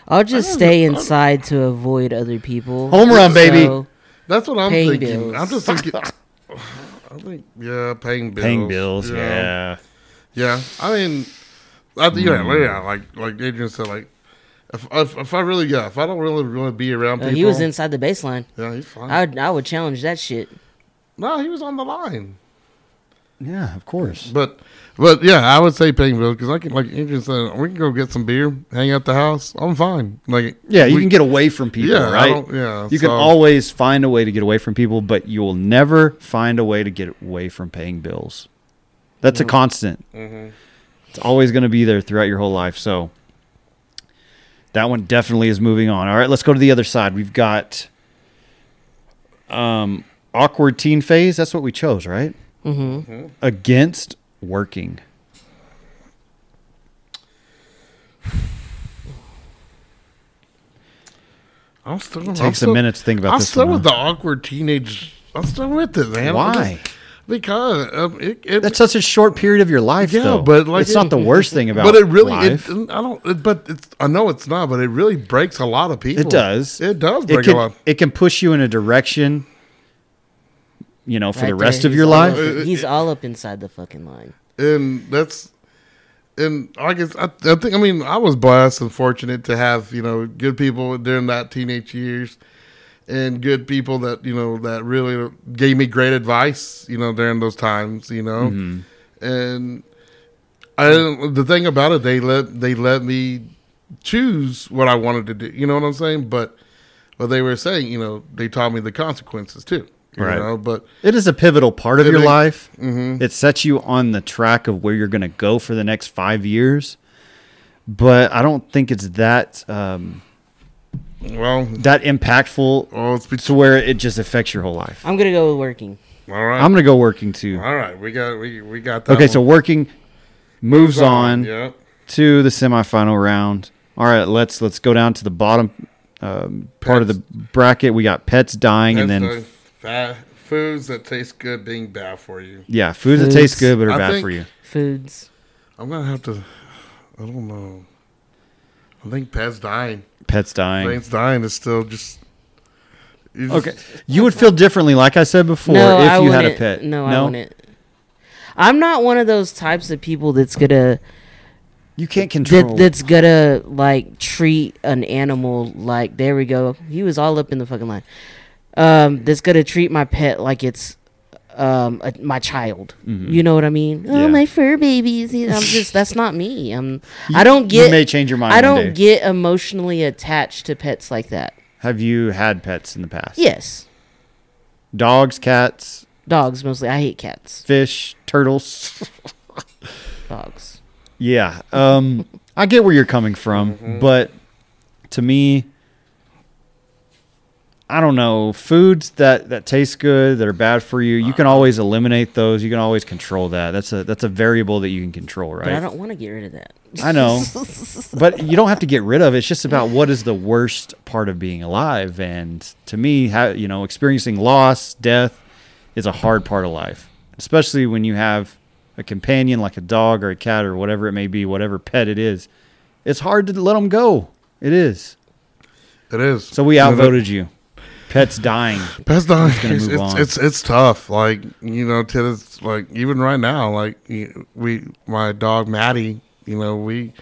I'll just stay inside to avoid other people. Home run, baby. So, that's what I'm Paying thinking. bills. I'm <laughs> just thinking. <sighs> I think yeah, paying bills. Paying bills, yeah. Yeah, I mean, I, yeah, Mm. yeah, like like Adrian said, like if, if if I really yeah, if I don't really want to be around uh, people, he was inside the baseline. Yeah, he's fine. I would, I would challenge that shit. no, he was on the line, Yeah, of course. but but yeah, I would say paying bills because I can like Adrian said, we can go get some beer, hang out the house. I'm fine. Like Yeah, you we- can get away from people, Yeah, I right? don't- yeah, you can so- always find a way to get away from people, but you will never find a way to get away from paying bills. That's a constant. Mm-hmm. It's always going to be there throughout your whole life. So that one definitely is moving on. All right, let's go to the other side. We've got um, awkward teen phase. That's what we chose, right? Mm-hmm. Against working. I'm still I'm takes still- a minute to think about I'm this still one, with huh? the awkward teenage. I'm still with it, man. I'm Why? just- Because um, it, it That's such a short period of your life, Yeah, though. but, like, it's not the worst thing about. but it really life. it, I don't it, but it's I know it's not, but it really breaks a lot of people. It does. It does break It can, a lot. it can push you in a direction, you know, for Right the rest there, of he's your all life. up- he's all up inside the fucking line. and that's and I guess I, I think I mean I was blessed and fortunate to have you know good people during that teenage years, and good people that you know that really gave me great advice you know during those times you know, and I the thing about it they let they let me choose what I wanted to do you know what I'm saying but what they were saying you know they taught me the consequences too you Right. know but It is a pivotal part of It your is. life. Mm-hmm. It sets you on the track of where you're going to go for the next five years. But I don't think it's that um, well that impactful well it's to between where it just affects your whole life. I'm gonna go with working. all right. I'm going to go working too. All right, we got we we got that. Okay, one. so working moves on. Yep. to the semifinal round. All right, let's let's go down to the bottom um, part of the bracket. We got pets dying, and then That's the fa- foods that taste good being bad for you. yeah, foods, Foods. that taste good but are I bad think- for you. Foods. I'm gonna have to. I don't know. I think Pat's dying. Pets dying. Pat's dying is still just. You just- Okay, you would feel differently, like I said before, no, if I you had a wouldn't. pet. No, I wouldn't. I'm not one of those types of people that's gonna You can't control. that, that's gonna like treat an animal like there we go. He was all up in the fucking line. Um, that's gonna treat my pet like it's um a, my child. You know what I mean? Mm-hmm. Yeah. Oh, my fur babies. You know, I'm just that's not me. I'm. I don't <laughs> You get. may change your mind. I one don't day. get emotionally attached to pets like that. Have you had pets in the past? Yes, Dogs, cats, dogs mostly. I hate cats. fish, turtles. Dogs. Yeah. Um, I get where you're coming from, Mm-hmm. but to me, I don't know. Foods that, that taste good, that are bad for you, you can Uh-huh. always eliminate those. You can always control that. That's a that's a variable that you can control, But I right? don't want to get rid of that. I <laughs> know. but you don't have to get rid of it. It's just about what is the worst part of being alive. And to me, how, you know, experiencing loss, death is a hard part of life, especially when you have a companion like a dog or a cat or whatever it may be, whatever pet it is. It's hard to let them go. It is. It is. So we You know, outvoted you. Pets dying. that- Pets dying. gonna It's, move it's, on. it's it's tough. Like you know, to this, like even right now, like you- we my dog Maddie. You know we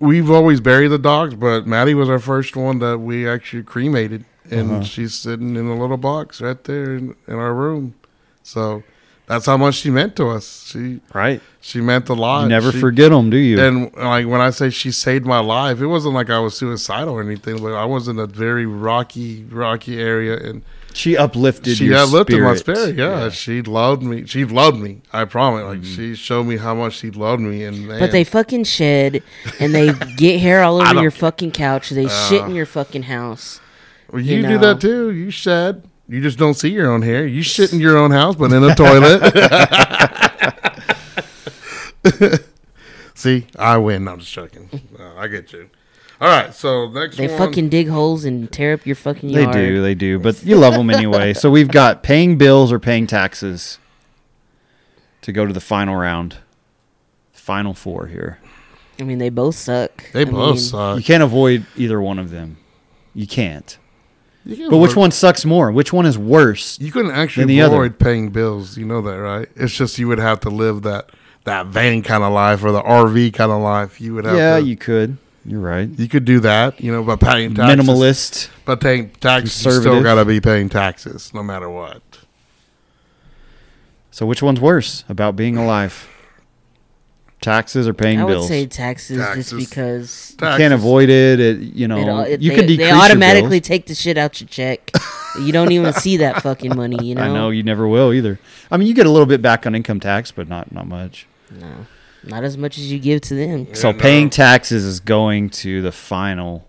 we've always buried the dogs, but Maddie was our first one that we actually cremated, and Uh-huh. she's sitting in a little box right there in, in our room. So that's how much she meant to us. She Right. she meant a lot. You never Uh, She- forget them, do you? And like when I say she saved my life, it wasn't like I was suicidal or anything. But I was in a very rocky, rocky area, and she uplifted she your uplifted spirit. my spirit. Yeah, she loved me. She loved me. I promise. Like Mm-hmm. she showed me how much she loved me. And man, But they fucking shed and they get hair <laughs> all over don't your care. fucking couch. They Uh. shit in your fucking house. Well, you, you do know. that too. You shed. You just don't see your own hair. You shit in your own house, but in a toilet. <laughs> see, I win. I'm just joking. Uh, I get you. All right, so next They one. fucking dig holes and tear up your fucking They yard. do, they do. <laughs> But you love them anyway. So we've got paying bills or paying taxes to go to the final round. Final four here. I mean, they both suck. They I both mean, suck. You can't avoid either one of them. You can't. You can But which work- one sucks more? Which one is worse? You couldn't than actually the other. avoid paying bills. You know that, right? It's just you would have to live that that van kind of life or the RV kind of life. You would have Yeah, to. you could. You're right. you could do that, you know, by paying taxes. Minimalist. But paying taxes, you still Conservative. got to be paying taxes no matter what. So which one's worse about being alive? Taxes or paying I would bills? say taxes, Taxes. just because you can't avoid it. it you know, it all- it- you they, could they decrease your automatically bills. take the shit out <laughs> your check. you don't even see that fucking money. You know. I know you never will either. I mean, you get a little bit back on income tax, but not not much. No, not as much as you give to them. So no. paying taxes is going to the final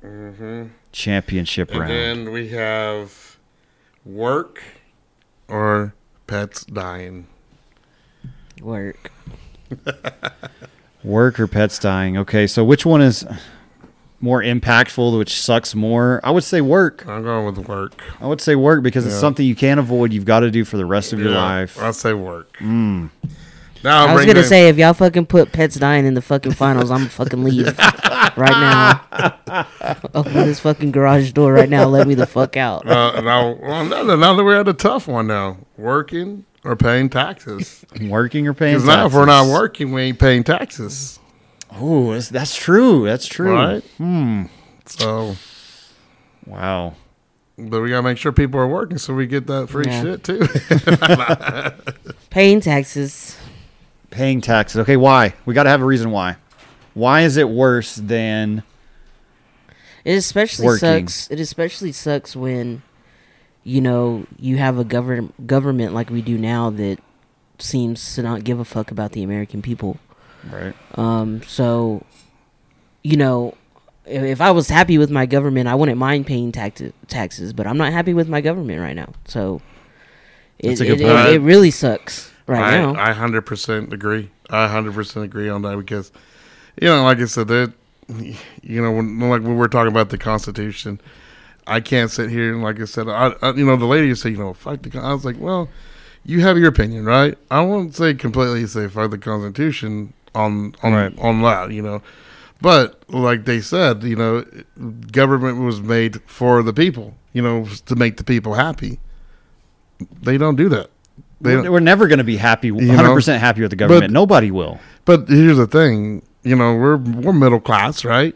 championship Mm-hmm. And round. then we have work or pets dying. Work. Work or pets dying. Okay, so which one is more impactful, which sucks more? I would say work. I'm going with work. I would say work because it's Yeah. something you can't avoid. You've got to do for the rest of your Yeah, life. Mm. I'll say work. Now I was bring gonna in- say if y'all fucking put pets dying in the fucking finals, I'm gonna fucking leave right now. <laughs> Open this fucking garage door right now. Let me the fuck out. Uh, now, well, now, that- now that we're at a tough one now, working or paying taxes? Working or paying Because taxes. now, if we're not working, we ain't paying taxes, Oh, that's, that's true. That's true. right? Hmm. So, Wow. but we gotta make sure people are working so we get that free Yeah. shit too. <laughs> Paying taxes. Paying taxes. Okay, why? We got to have a reason why. Why is it worse than It especially Working. sucks. It especially sucks when, you know, you have a govern government like we do now that seems to not give a fuck about the American people. right? Um, so, you know, i- if I was happy with my government, I wouldn't mind paying tax- taxes. But I'm not happy with my government right now. So, it That's a good it, it- point. it really sucks right now. I, I 100% agree. I 100% agree on that because, you know, like I said, that, you know, when, like when we're talking about the Constitution, I can't sit here and, like I said, I, I you know, the lady said, you know, fuck the. Con-" I was like, well, you have your opinion, right? I won't say completely say fuck the Constitution on on Right. on that, you know. But like they said, you know, government was made for the people. You know, to make the people happy. They don't do that. They We're, don't, we're never going to be happy, know? 100% happy with the government. Nobody will. but here's the thing. You know, we're we're middle class, right?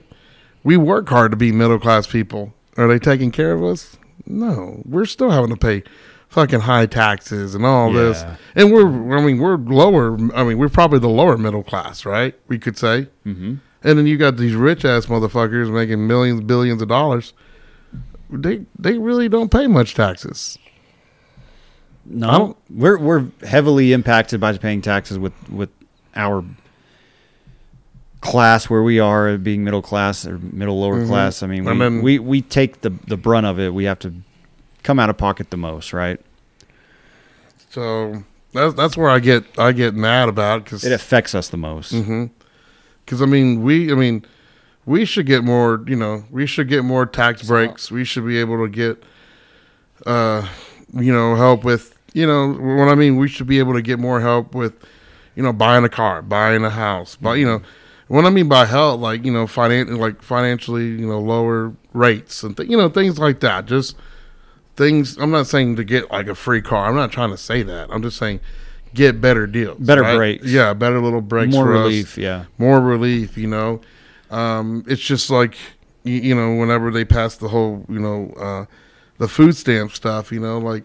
We work hard to be middle class people. Are they taking care of us? No, we're still having to pay fucking high taxes and all this. Yeah. And we're I mean we're lower. I mean we're probably the lower middle class, right? We could say. Mm-hmm. And then you got these rich ass motherfuckers making millions, billions of dollars. They they really don't pay much taxes. I No, don't- we're we're heavily impacted by paying taxes with with our class where we are being middle class or middle lower Mhm. class. I mean, we, And then- we we take the the brunt of it. We have to come out of pocket the most, right? So that's that's where I get I get mad about because It affects us the most. Mm-hmm. I mean we I mean we should get more you know we should get more tax breaks. We should be able to get uh you know help with you know what I mean. We should be able to get more help with you know buying a car, buying a house, but you know. What I mean by help, like you know, finan- like financially, you know, lower rates and th- you know things like that. Just things. I'm not saying to get like a free car. I'm not trying to say that. I'm just saying get better deals, Better breaks. Yeah, better little breaks. More for us. relief, yeah. More relief. You know, um, it's just like you, you know, whenever they pass the whole, you know, uh, the food stamp stuff. You know, like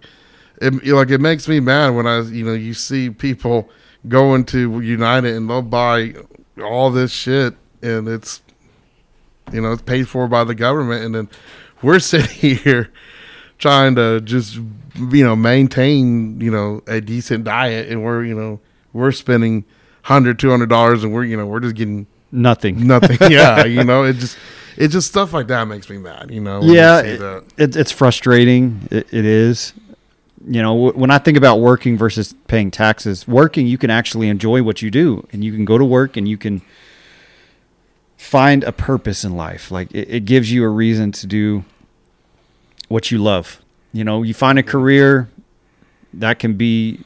it, like it makes me mad when I, you know, you see people going to United and they'll buy all this shit and it's, you know, it's paid for by the government and then we're <laughs> sitting here trying to just, you know, maintain, you know, a decent diet and we're, you know, we're spending hundred, two hundred dollars and we're, you know, we're just getting Nothing. <laughs> nothing. yeah, you know, it just, it just stuff like that makes me mad. You know, when you yeah, see it, that. it- it's frustrating. It, it is. You know, w- when I think about working versus paying taxes, working you can actually enjoy what you do, and you can go to work and you can find a purpose in life. Like it, it gives you a reason to do what you love. You know, you find a career that can be,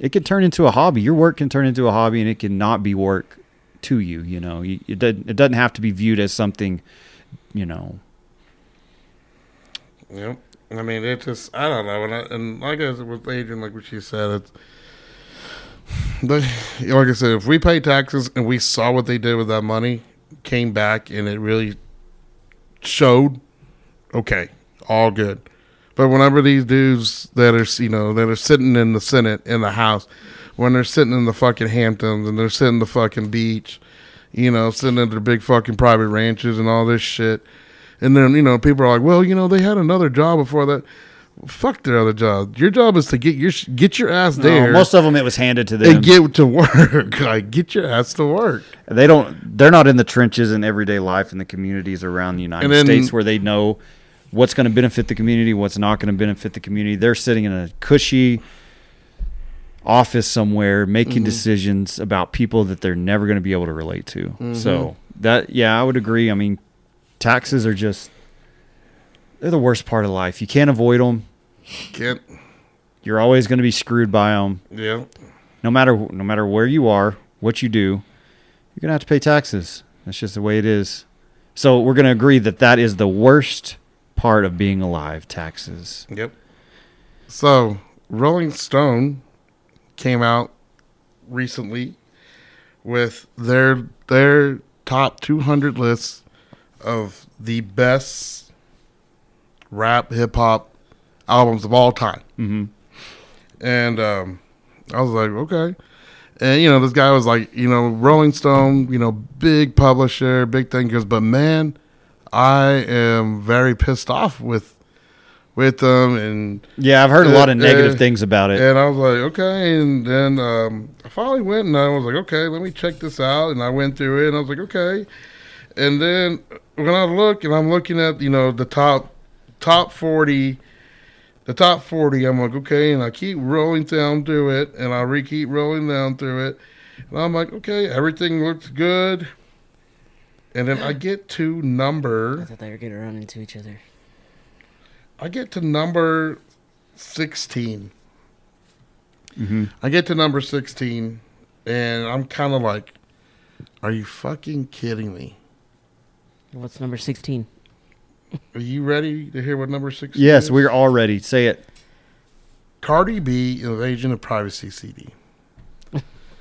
it can turn into a hobby. Your work can turn into a hobby, and it can not be work to you. You know, you, it doesn't it doesn't have to be viewed as something. You know, Yep. I mean, it just I don't know, and I, and like I said with Adrian, like what she said, it's like, like I said, if we pay taxes and we saw what they did with that money, came back and it really showed, okay, all good. But whenever these dudes that are you know that are sitting in the Senate in the House, when they're sitting in the fucking Hamptons and they're sitting the fucking beach, you know, sitting at their big fucking private ranches and all this shit, and then you know people are like, well, you know, they had another job before that. Fuck their other job. Your job is to get your sh- get your ass there No, most of them it was handed to them. and get to work. <laughs> like get your ass to work. they don't. They're not in the trenches in everyday life in the communities around the United And then- States where they know what's going to benefit the community, what's not going to benefit the community. They're sitting in a cushy office somewhere Mm-hmm. making decisions about people that they're never going to be able to relate to. Mm-hmm. So that, yeah, I would agree. I mean, taxes are just they're the worst part of life. You can't avoid them. Can't. You're always going to be screwed by them. Yeah. no matter no matter where you are, what you do, you're gonna have to pay taxes. That's just the way it is. So we're gonna agree that that is the worst part of being alive: taxes. Yep. So Rolling Stone came out recently with their their top 200 lists of the best rap hip hop albums of all time. Mhm. And um, I was like, okay. And you know, this guy was like, you know, Rolling Stone, you know, big publisher, big thinkers, but man, I am very pissed off with with them and Yeah, I've heard a lot of Uh, negative uh, things about it. and I was like, okay. And then um, I finally went and I was like, okay, let me check this out. And I went through it and I was like, okay. And then when I look and I'm looking at, you know, the top top 40, the top 40, I'm like, okay. And I keep rolling down through it and I re keep rolling down through it. And I'm like, okay, everything looks good. And then I get to I number, thought they were gonna run into each other. I get to number 16. Mhm. I get to number 16, and I'm kind of like, are you fucking kidding me? What's number 16? Are you ready to hear what number six? Yes, is? we're all ready. Say it. Cardi B invasion of privacy CD.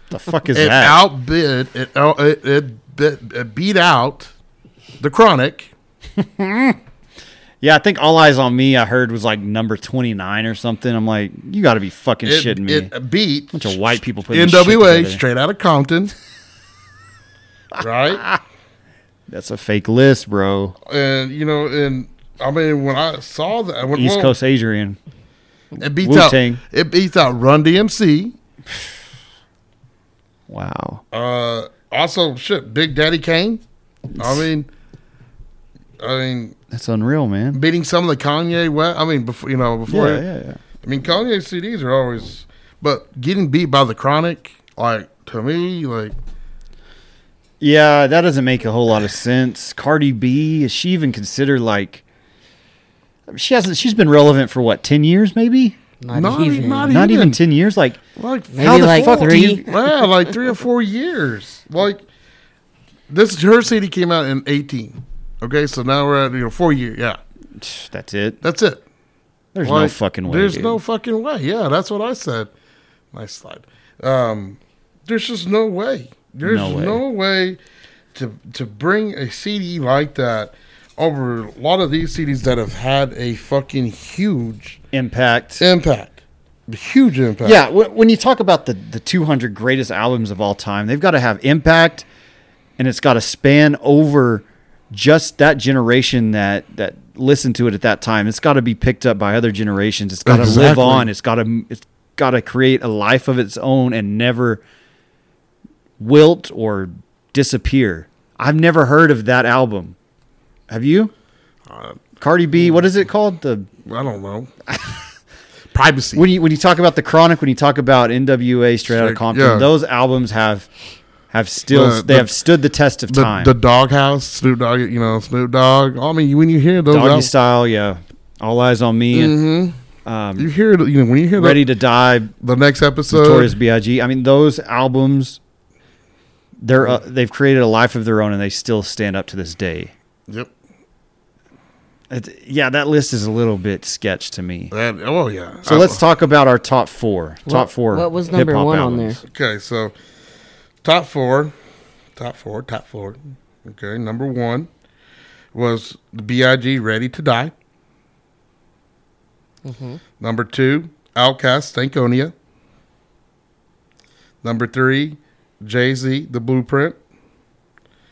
The fuck is it that? outbid it, out- it, it, bit- it beat out the Chronic. Yeah, I think All Eyes on Me I heard was like number 29 or something. I'm like, you got to be fucking It, shitting me. it beat Bunch of white people putting this shit NWA together. straight out of <laughs> Compton. right? That's a fake list, bro. And you know, and I mean when I saw that when, East well, Coast Adrian. it beats Wu-Tang. out it beats out Run DMC. Wow. Uh also shit, Big Daddy Kane. I mean I mean That's unreal, man. beating some of the Kanye West I mean before you know, before Yeah, yeah, yeah. I mean, Kanye CDs are always, but getting beat by the Chronic, like to me, like Yeah, that doesn't make a whole lot of sense. Cardi B, is she even considered like she hasn't she's been relevant for what, 10 years maybe? Not, Not e- even. not Not even even. 10 years like <sniffs> like Maybe how the like fuck do you three. <laughs> wow, like three or four years. Like this, her CD came out in eighteen. Okay, so now we're at you know four year. Yeah, That's it. that's it. There's no Like, fucking way. There's dude. no fucking way. Yeah, that's what I said. Nice slide. Um, there's just no way. There's No no way. way. to to bring a CD like that over a lot of these CDs that have had a fucking huge impact. impact, huge impact. Yeah, wh- when you talk about the the 200 greatest albums of all time, they've got to have impact, and it's got to span over just that generation that that listened to it at that time. It's got to be picked up by other generations. It's got to live Exactly. on. It's got to it's got to create a life of its own and never wilt or disappear. I've never heard of that album. Have you? Cardi B, what is it called? The I <laughs> don't know. Privacy. when you when you talk about the chronic, when you talk about NWA straight out of Straight- Compton, yeah. those albums have have still The- they the- have stood the test of the, time. the doghouse, Snoop Dogg, you know, Snoop Dogg. I mean, when you hear those, Doggy al- style, yeah. All eyes on me. And, you um, hear, the- you know, when you hear the- ready to die. the, next episode, Notorious B.I.G. I mean, those albums, they're uh, they've created a life of their own, and they still stand up to this day. Yep. It's, yeah, that list is a little bit sketch to me. That, oh yeah. So I- let's talk about our top four. top What- four. What was number hip-hop one albums. on there? Okay, so top four, top four, top four. Okay, number one was the B.I.G. Ready to Die. Mm-hmm. Number two, Outcast Stankonia. Number three, Jay Z, The Blueprint.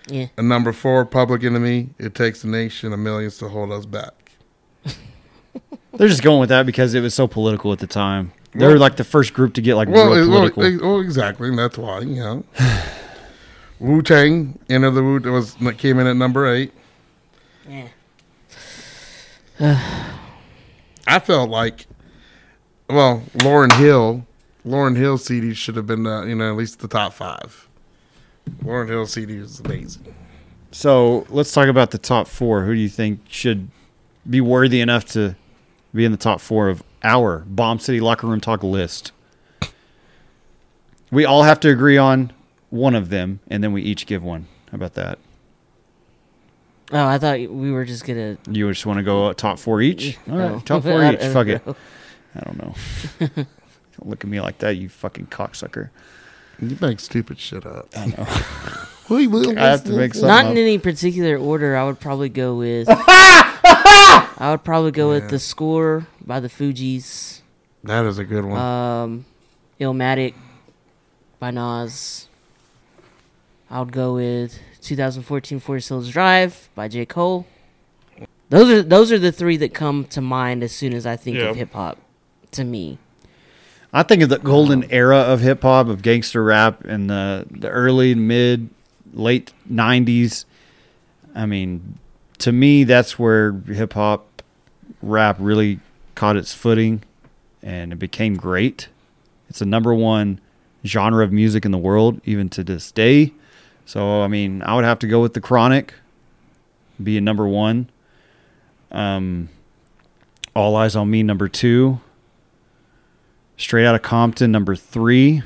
Yeah. And number four, Public Enemy, It Takes a Nation of Millions to Hold Us Back. They're just going with that because it was so political at the time. They were Well- like the first group to get like Well, real it- well, political. it- well, exactly. And that's why, you know. <sighs> Wu Tang, Enter the Wu, was came in at number eight. Yeah. I felt like, well, Lauren Hill, Lauren Hill CD should have been, uh, you know, at least the top five. Lauren Hill CD is amazing. so let's talk about the top four. Who do you think should be worthy enough to be in the top four of our Bomb City Locker Room Talk list? We all have to agree on one of them, and then we each give one. How about that? Oh, I thought we were just going to. You just want to go uh, top four each? All right, No. <laughs> top four I each. don't Fuck <laughs> it. know. I don't know. <laughs> don't look at me like that, you fucking cocksucker. You make stupid shit up. I <laughs> know. Wait, wait, I have to make something Not up. in any particular order. I would probably go with. I would probably go with Yeah. The Score by the Fugees, That is a good one. um, Illmatic by Nas. I would go with 2014 Forest Hills Drive by J. Cole. Those are those are the three that come to mind as soon as I think Yeah. of hip hop. To me, I think of the golden era of hip hop, of gangster rap, and the the early, mid, late '90s. I mean, to me, that's where hip hop rap really caught its footing, and it became great. It's the number one genre of music in the world, even to this day. So, I mean, I would have to go with the Chronic being number one. Um, All Eyes on Me, number two. Straight Outta Compton, number three.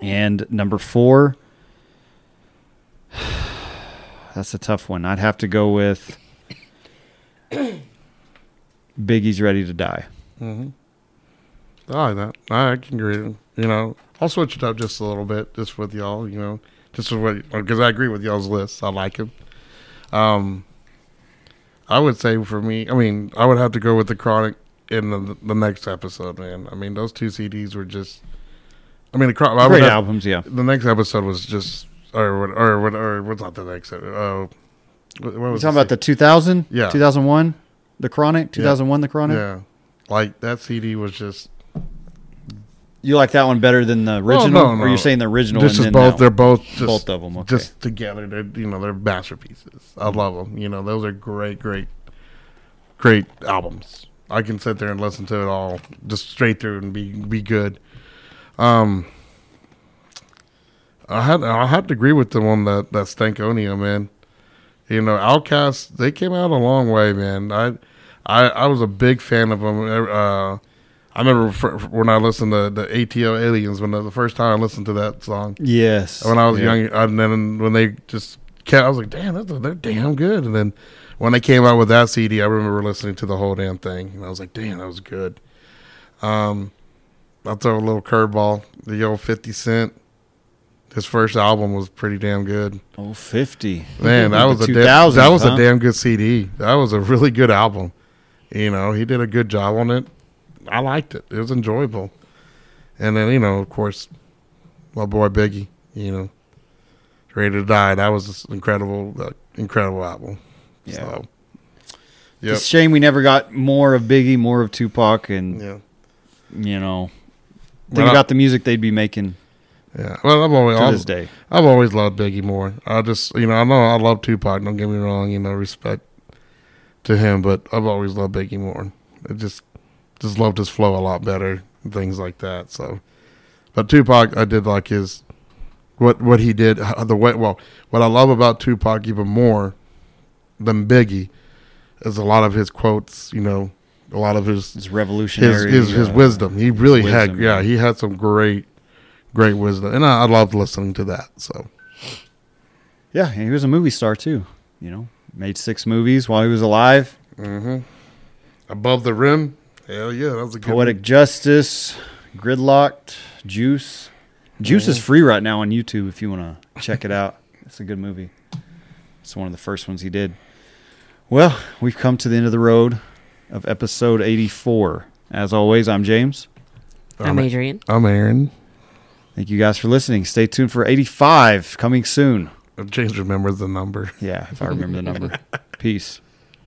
And number four. <sighs> that's a tough one. I'd have to go with <coughs> Biggie's Ready to Die. Mm-hmm. I like that. I, I can agree. You know, I'll switch it up just a little bit, just with y'all. You know, just with what because I agree with y'all's list. I like him. Um, I would say for me, I mean, I would have to go with the Chronic in the the next episode, man. I mean, those two CDs were just. I mean, the Chronic. I would Great have- albums, yeah. the next episode was just or what or what or what's not the next episode? Oh, what, what You was talking about the 2000? Yeah. 2001? The Chronic? 2001 The CD? Chronic? yeah, like that CD was just You like that one better than the Well, original? Oh, no, Or no. you're saying the original this and is then both. that They're one? both just both of them. Okay. Mm-hmm. just together. They're you know they're masterpieces. I love them. You know those are great, great, great albums. I can sit there and listen to it all just straight through and be be good. Um, I had I had to agree with the one that that Stankonia man. You know, Outcast they came out a long way, man. I I I was a big fan of them. Uh, I remember fir- when I listened to the ATO Aliens when the, the first time I listened to that song yes. when I was Yeah. young, and then when they just kept, I was like, damn, that's, they're damn good. And then when they came out with that CD, I remember listening to the whole damn thing, and I was like, damn, that was good. Um, I'll throw a little curveball. The old 50 Cent, his first album was pretty damn good. Oh, 50. Man, that The was a damn, 2000s, that was huh? a damn good CD. That was a really good album. You know, he did a good job on it. I liked it. It was enjoyable. And then you know, of course, my boy Biggie. You know, Ready to Die. That was just incredible, uh, incredible album. Yeah. So, yep. It's a shame we never got more of Biggie, more of Tupac, and, yeah. you know, think Well, I- about the music they'd be making Yeah. Well, I've always to I've- this day. I've always loved Biggie more. I just, you know, I know I love Tupac. Don't get me wrong, you know, respect to him, but I've always loved Biggie more. I just, just loved his flow a lot better and things like that. So, but Tupac, I did like his, what what he did, uh, the way. Well, what I love about Tupac even more than Biggie is a lot of his quotes. You know, a lot of his It's his revolutionary. his, his uh, wisdom. He really had wisdom, yeah, yeah. he had some great great wisdom. And I, I loved listening to that. So Yeah, he was a movie star, too. You know, made six movies while he was alive. mm-hmm. above the rim. Hell yeah, that was a good Poetic Justice, Gridlocked, Juice. Juice Mm. is free right now on YouTube if you want to check it out. <laughs> It's a good movie. It's one of the first ones he did. Well, we've come to the end of the road of episode 84. As always, I'm James. one. I'm Adrian. I'm Aaron. Thank you guys for listening. Stay tuned for 85 coming soon. James remembers the number. Yeah, if I remember the number. Peace.